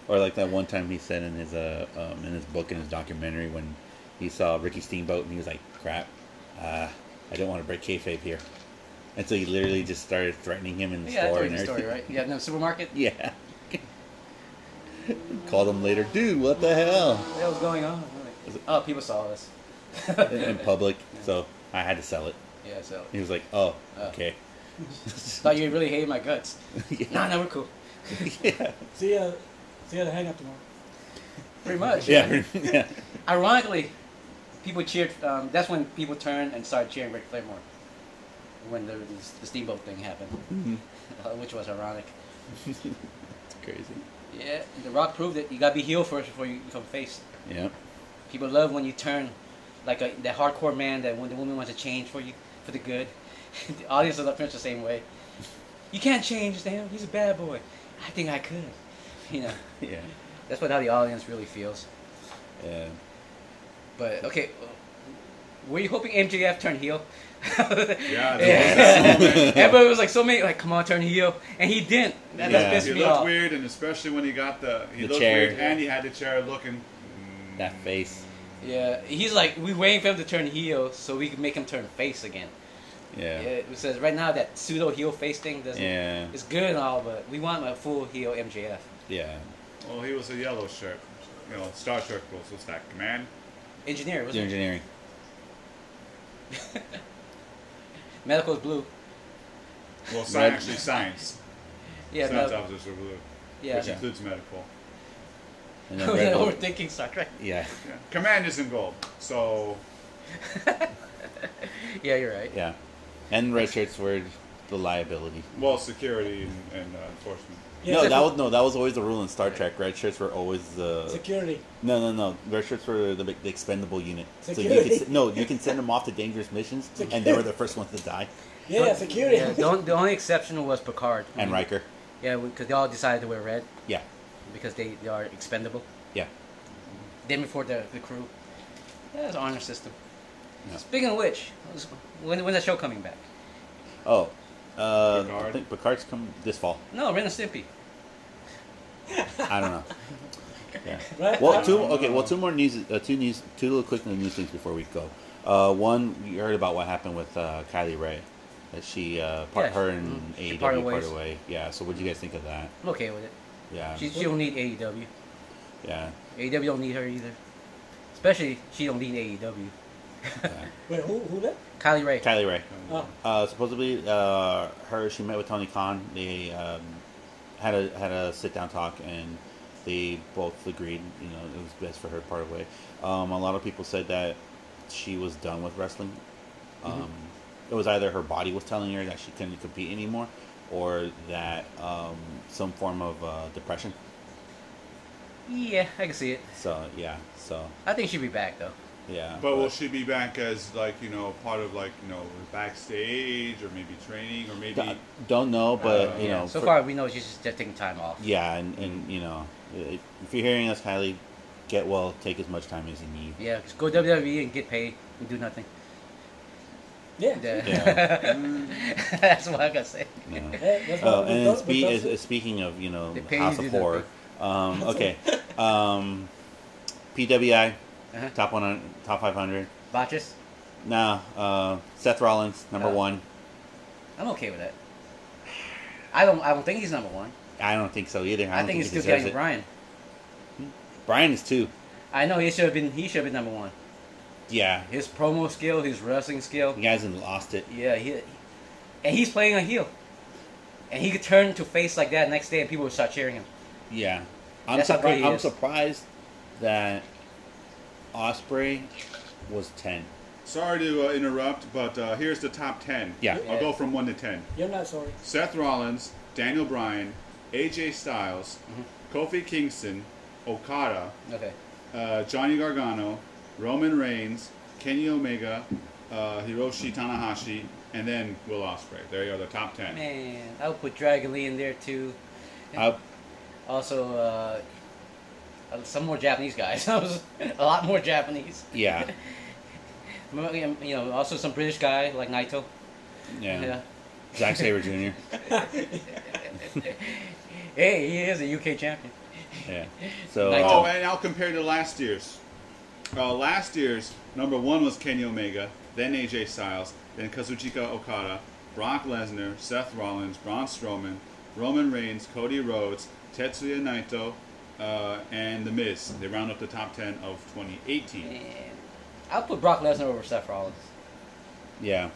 [SPEAKER 1] Or like that one time he said in his uh um, in his book in his documentary when he saw Ricky Steamboat and he was like, "Crap, uh, I don't want to break kayfabe here," and so he literally just started threatening him in the
[SPEAKER 2] yeah, I
[SPEAKER 1] store
[SPEAKER 2] told you
[SPEAKER 1] and
[SPEAKER 2] the
[SPEAKER 1] everything.
[SPEAKER 2] story, right? Yeah, no supermarket.
[SPEAKER 1] *laughs* Yeah. *laughs* Called him later, dude. What the hell?
[SPEAKER 2] *laughs* What the hell's going on? I'm like, oh, people saw this.
[SPEAKER 1] In public, so I had to sell it. *laughs*
[SPEAKER 2] Yeah, so
[SPEAKER 1] He was like, "Oh,
[SPEAKER 2] Oh.
[SPEAKER 1] okay." *laughs*
[SPEAKER 2] thought you really hated my guts.
[SPEAKER 1] yeah.
[SPEAKER 2] Nah, no, we're cool.
[SPEAKER 1] yeah,
[SPEAKER 3] See ya. See you at the hangout tomorrow.
[SPEAKER 2] Pretty much.
[SPEAKER 1] yeah, *laughs* yeah.
[SPEAKER 2] Ironically, people cheered. Um, that's when people turned and started cheering Ric Flair more. When the, the steamboat thing happened,
[SPEAKER 1] Mm-hmm.
[SPEAKER 2] *laughs* uh, which was ironic.
[SPEAKER 1] It's crazy.
[SPEAKER 2] Yeah, The Rock proved it. You gotta be heel first before you become face.
[SPEAKER 1] Yeah,
[SPEAKER 2] People love when you turn, like a, that hardcore man that when the woman wants to change for you for the good. *laughs* the audience is pretty much the same way. You can't change damn. He's a bad boy. I think I could. You know,
[SPEAKER 1] yeah,
[SPEAKER 2] that's what how the audience really feels.
[SPEAKER 1] yeah.
[SPEAKER 2] But okay, were you hoping MJF turned heel? *laughs*
[SPEAKER 4] Yeah,
[SPEAKER 2] Yeah.
[SPEAKER 4] that was-
[SPEAKER 2] Everybody was like so many like come on turn heel and he didn't. That,
[SPEAKER 1] Yeah.
[SPEAKER 2] that pissed
[SPEAKER 4] he
[SPEAKER 2] me
[SPEAKER 4] looked
[SPEAKER 2] off.
[SPEAKER 4] weird, and especially when he got the he
[SPEAKER 1] The
[SPEAKER 4] looked
[SPEAKER 1] chair.
[SPEAKER 4] weird, and he had the chair looking.
[SPEAKER 1] That face.
[SPEAKER 2] Yeah, he's like we waiting for him to turn heel so we can make him turn face again. Yeah,
[SPEAKER 1] Yeah.
[SPEAKER 2] it says right now that pseudo heel face thing doesn't.
[SPEAKER 1] Yeah.
[SPEAKER 2] It's good and all, but we want a full heel MJF.
[SPEAKER 1] Yeah.
[SPEAKER 4] Well, he was a yellow shirt, you know, Star Trek rules. What's that command?
[SPEAKER 2] Engineer,
[SPEAKER 1] It's
[SPEAKER 2] was it?
[SPEAKER 1] engineering.
[SPEAKER 2] Medical's blue.
[SPEAKER 4] Well, sci-
[SPEAKER 1] Med-
[SPEAKER 4] actually science.
[SPEAKER 2] Yeah,
[SPEAKER 4] science
[SPEAKER 2] med-
[SPEAKER 4] officers are blue,
[SPEAKER 2] yeah.
[SPEAKER 4] which includes medical.
[SPEAKER 1] And
[SPEAKER 2] *laughs*
[SPEAKER 1] then Red Bull.
[SPEAKER 2] Overthinking Star Trek.
[SPEAKER 1] Yeah.
[SPEAKER 4] Yeah. Command is in gold, so
[SPEAKER 2] Yeah, you're right.
[SPEAKER 1] Yeah. And red shirts were the liability.
[SPEAKER 4] well, security and, and uh, enforcement.
[SPEAKER 3] Yeah,
[SPEAKER 1] no,
[SPEAKER 3] so
[SPEAKER 1] that was no, that was always the rule in Star Trek. Red shirts were always the
[SPEAKER 3] security.
[SPEAKER 1] no, no, no. Red shirts were the, big- the expendable unit. So you
[SPEAKER 3] Security.
[SPEAKER 1] could, se- no, you can send them off to dangerous missions, and they were the first ones to die.
[SPEAKER 3] Yeah, yeah, security.
[SPEAKER 2] Yeah, the, on- the only exception was Picard.
[SPEAKER 1] And Riker.
[SPEAKER 2] Yeah, because they all decided to wear red
[SPEAKER 1] Yeah,
[SPEAKER 2] because they, they are expendable.
[SPEAKER 1] yeah.
[SPEAKER 2] Them before the, the crew. Yeah, it's an honor system.
[SPEAKER 1] Yeah.
[SPEAKER 2] Speaking of which, when, when's that show coming back?
[SPEAKER 1] Oh, uh, I
[SPEAKER 4] Picard.
[SPEAKER 1] think Picard's come this fall.
[SPEAKER 2] No, Ren and Stimpy.
[SPEAKER 1] I don't know. Yeah.
[SPEAKER 3] *laughs* Right?
[SPEAKER 1] Well,
[SPEAKER 3] Uh,
[SPEAKER 1] two okay. Well, two more news. Uh, two news. Two little quick news things before we go. Uh, one, you heard about what happened with uh, Kylie Ray. That she, uh, part,
[SPEAKER 2] Yeah,
[SPEAKER 1] her
[SPEAKER 2] she-
[SPEAKER 1] and
[SPEAKER 2] mhm. She
[SPEAKER 1] AEW parted
[SPEAKER 2] parted ways.
[SPEAKER 1] away. Yeah. So, what do you guys think of that?
[SPEAKER 2] I'm okay with it.
[SPEAKER 1] Yeah.
[SPEAKER 2] She, she don't need E AEW.
[SPEAKER 1] yeah.
[SPEAKER 2] AEW E don't need her either. Especially she don't need AEW.
[SPEAKER 1] yeah.
[SPEAKER 3] Wait, who, who left?
[SPEAKER 2] Kylie Ray.
[SPEAKER 1] Kylie Ray.
[SPEAKER 3] Oh,
[SPEAKER 1] Uh, supposedly, uh, her she met with Tony Khan. They um, had a had a sit down talk, and they both agreed. You know, it was best for her to part away. Um, a lot of people said that she was done with wrestling. Um,
[SPEAKER 4] Mm-hmm.
[SPEAKER 1] It was either her body was telling her that she couldn't compete anymore, or that um, some form of uh, depression.
[SPEAKER 2] Yeah, I can see it.
[SPEAKER 1] So yeah, so
[SPEAKER 2] I think she'll be back though.
[SPEAKER 1] yeah.
[SPEAKER 4] But will she be back as like you know part of like you know backstage or maybe training or maybe
[SPEAKER 1] D- don't know, but
[SPEAKER 4] Uh,
[SPEAKER 1] you
[SPEAKER 2] yeah.
[SPEAKER 1] know,
[SPEAKER 2] so
[SPEAKER 1] for-
[SPEAKER 2] far we know she's just taking time off.
[SPEAKER 1] Yeah, and, and you know, i- if you're hearing us, Kylie, get well, take as much time as you need.
[SPEAKER 2] Yeah, just go WWE and get paid and do nothing.
[SPEAKER 3] yeah.
[SPEAKER 2] Yeah.
[SPEAKER 1] Yeah.
[SPEAKER 2] *laughs* That's what I gotta say.
[SPEAKER 1] you know.
[SPEAKER 2] *laughs*
[SPEAKER 3] Hey, that's
[SPEAKER 1] Oh,
[SPEAKER 3] what we
[SPEAKER 1] and
[SPEAKER 3] thought-
[SPEAKER 1] spe-
[SPEAKER 3] we thought
[SPEAKER 1] is-
[SPEAKER 3] so.
[SPEAKER 1] is speaking of you know
[SPEAKER 2] They pay
[SPEAKER 1] House of
[SPEAKER 2] you to do
[SPEAKER 1] Horror,
[SPEAKER 2] *laughs*
[SPEAKER 1] um, okay, um, PWI
[SPEAKER 2] Uh-huh.
[SPEAKER 1] top one hun- top five hundred.
[SPEAKER 2] Botches?
[SPEAKER 1] Nah, uh, Seth Rollins number
[SPEAKER 2] Uh.
[SPEAKER 1] one.
[SPEAKER 2] I'm okay with that. I don't. I don't think he's number one.
[SPEAKER 1] I don't think so either. I,
[SPEAKER 2] I,
[SPEAKER 1] don't think,
[SPEAKER 2] think it's
[SPEAKER 1] he
[SPEAKER 2] still
[SPEAKER 1] deserves
[SPEAKER 2] getting
[SPEAKER 1] it. Brian.
[SPEAKER 2] Brian.
[SPEAKER 1] is two.
[SPEAKER 2] I know he should have been. He should have been number one.
[SPEAKER 1] Yeah,
[SPEAKER 2] His promo skill, his wrestling skill.
[SPEAKER 1] he hasn't lost it.
[SPEAKER 2] Yeah, he. And he's playing a heel. And he could turn to face like that next day, and people would start cheering him.
[SPEAKER 1] Yeah, I'm
[SPEAKER 2] That's how
[SPEAKER 1] surpri-
[SPEAKER 2] great he
[SPEAKER 1] I'm
[SPEAKER 2] is.
[SPEAKER 1] surprised that Osprey was
[SPEAKER 2] *laughs*
[SPEAKER 1] ten.
[SPEAKER 4] Sorry to uh, interrupt, but uh, here's the top 10.
[SPEAKER 1] Yeah.
[SPEAKER 4] I'll go from 1 to 10.
[SPEAKER 3] You're not sorry.
[SPEAKER 4] Seth Rollins, Daniel Bryan, AJ Styles, Kofi Kingston, Okada,
[SPEAKER 2] Okay.
[SPEAKER 4] uh, Johnny Gargano, Roman Reigns, Kenny Omega, uh, Hiroshi Tanahashi, and then Will Ospreay. There you are, the top 10.
[SPEAKER 2] Man, I would put Dragon Lee in there too.
[SPEAKER 1] I,
[SPEAKER 2] Also, uh, uh, some more Japanese guys. *laughs* I was a lot more Japanese.
[SPEAKER 1] yeah,
[SPEAKER 2] You know, also some British guy like Naito.
[SPEAKER 1] yeah.
[SPEAKER 2] yeah.
[SPEAKER 1] Zack Saber Jr.
[SPEAKER 2] Hey, he is a UK champion.
[SPEAKER 1] Yeah. So
[SPEAKER 2] Nice.
[SPEAKER 4] Oh, and I'll compare to last year's. Uh, last year's number one was Kenny Omega, then AJ Styles, then Kazuchika Okada, Brock Lesnar, Seth Rollins, Braun Strowman, Roman Reigns, Cody Rhodes, Tetsuya Naito, uh, and The Miz. They round up the top ten of 2018.
[SPEAKER 2] Man, I'll put Brock Lesnar over Seth Rollins.
[SPEAKER 1] yeah,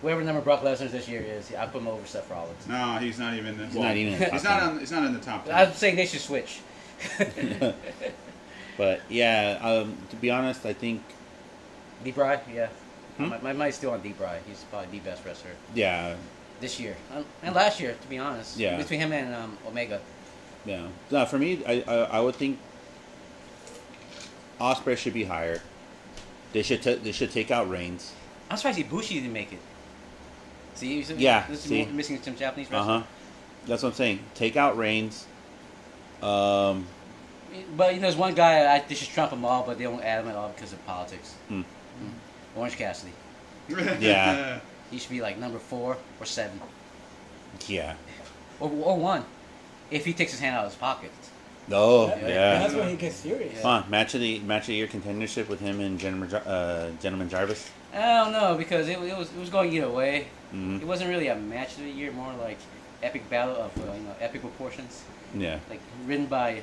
[SPEAKER 2] Whatever number Brock Lesnar this year is, I put him over Seth Rollins.
[SPEAKER 4] No, he's not even. The,
[SPEAKER 1] He's not even in the top
[SPEAKER 4] He's not
[SPEAKER 1] 10.
[SPEAKER 4] on. He's not in the top ten.
[SPEAKER 2] I'm saying they should switch.
[SPEAKER 1] but yeah. Um, to be honest, I think
[SPEAKER 2] Deep Bry, yeah.
[SPEAKER 1] Hmm?
[SPEAKER 2] My, my money's still on Deep Bry. He's probably the best wrestler
[SPEAKER 1] yeah,
[SPEAKER 2] this year Um, and last year, to be honest.
[SPEAKER 1] Yeah.
[SPEAKER 2] Between him and um, Omega.
[SPEAKER 1] yeah. No, for me, I, I I would think Osprey should be higher. They should ta they should take out Reigns.
[SPEAKER 2] I'm surprised Ibushi didn't make it. See, he's-
[SPEAKER 1] Yeah,
[SPEAKER 2] this is
[SPEAKER 1] see.
[SPEAKER 2] more missing some Japanese
[SPEAKER 1] Uh
[SPEAKER 2] wrestling.
[SPEAKER 1] huh. That's what I'm saying. Take out Reigns. Um.
[SPEAKER 2] But you know, there's one guy I, they should trump them all, but they don't add him at all because of politics. Hmm. Orange Cassidy.
[SPEAKER 1] Yeah.
[SPEAKER 2] He should be like number four or seven
[SPEAKER 1] Yeah.
[SPEAKER 2] or, or one, if he takes his hand out of his pocket.
[SPEAKER 1] Oh,
[SPEAKER 3] That-
[SPEAKER 1] yeah.
[SPEAKER 3] That's when he gets serious.
[SPEAKER 1] Come on, match of the match of the year contendership with him and Gentleman, Jar- uh, Gentleman Jarvis.
[SPEAKER 2] I don't know because it, it was it was going either way.
[SPEAKER 1] Mhm.
[SPEAKER 2] It wasn't really a match of the year, more like epic battle of uh, you know epic proportions,
[SPEAKER 1] Yeah.
[SPEAKER 2] like written by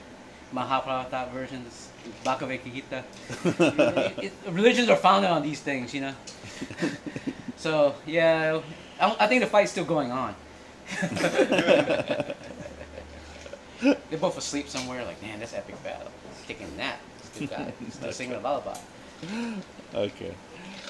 [SPEAKER 2] Mahabharata versions, Bhagavad Gita. it, it, religions are founded on these things, you know. so yeah, I, I think the fight's still going on. They're both asleep somewhere. Like, man, that's epic battle. Taking a nap. Good guy. Still singing a lullaby.
[SPEAKER 1] Okay.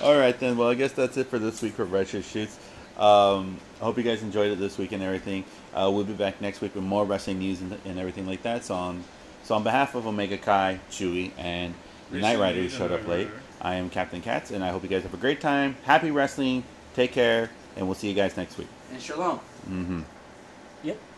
[SPEAKER 1] All right then. Well, I guess that's it for this week for Retro Shoots. Um, I hope you guys enjoyed it this week and everything. Uh, we'll be back next week with more wrestling news and, and everything like that. So on, so on behalf of Omega Kai, Chewy, and the Night
[SPEAKER 5] Recently,
[SPEAKER 1] Rider who
[SPEAKER 5] the
[SPEAKER 1] showed up
[SPEAKER 5] Knight
[SPEAKER 1] late,
[SPEAKER 5] Rider.
[SPEAKER 1] I am Captain Katz, and I hope you guys have a great time. Happy wrestling. Take care, and we'll see you guys next week.
[SPEAKER 2] And shalom.
[SPEAKER 1] hmm
[SPEAKER 3] Yep.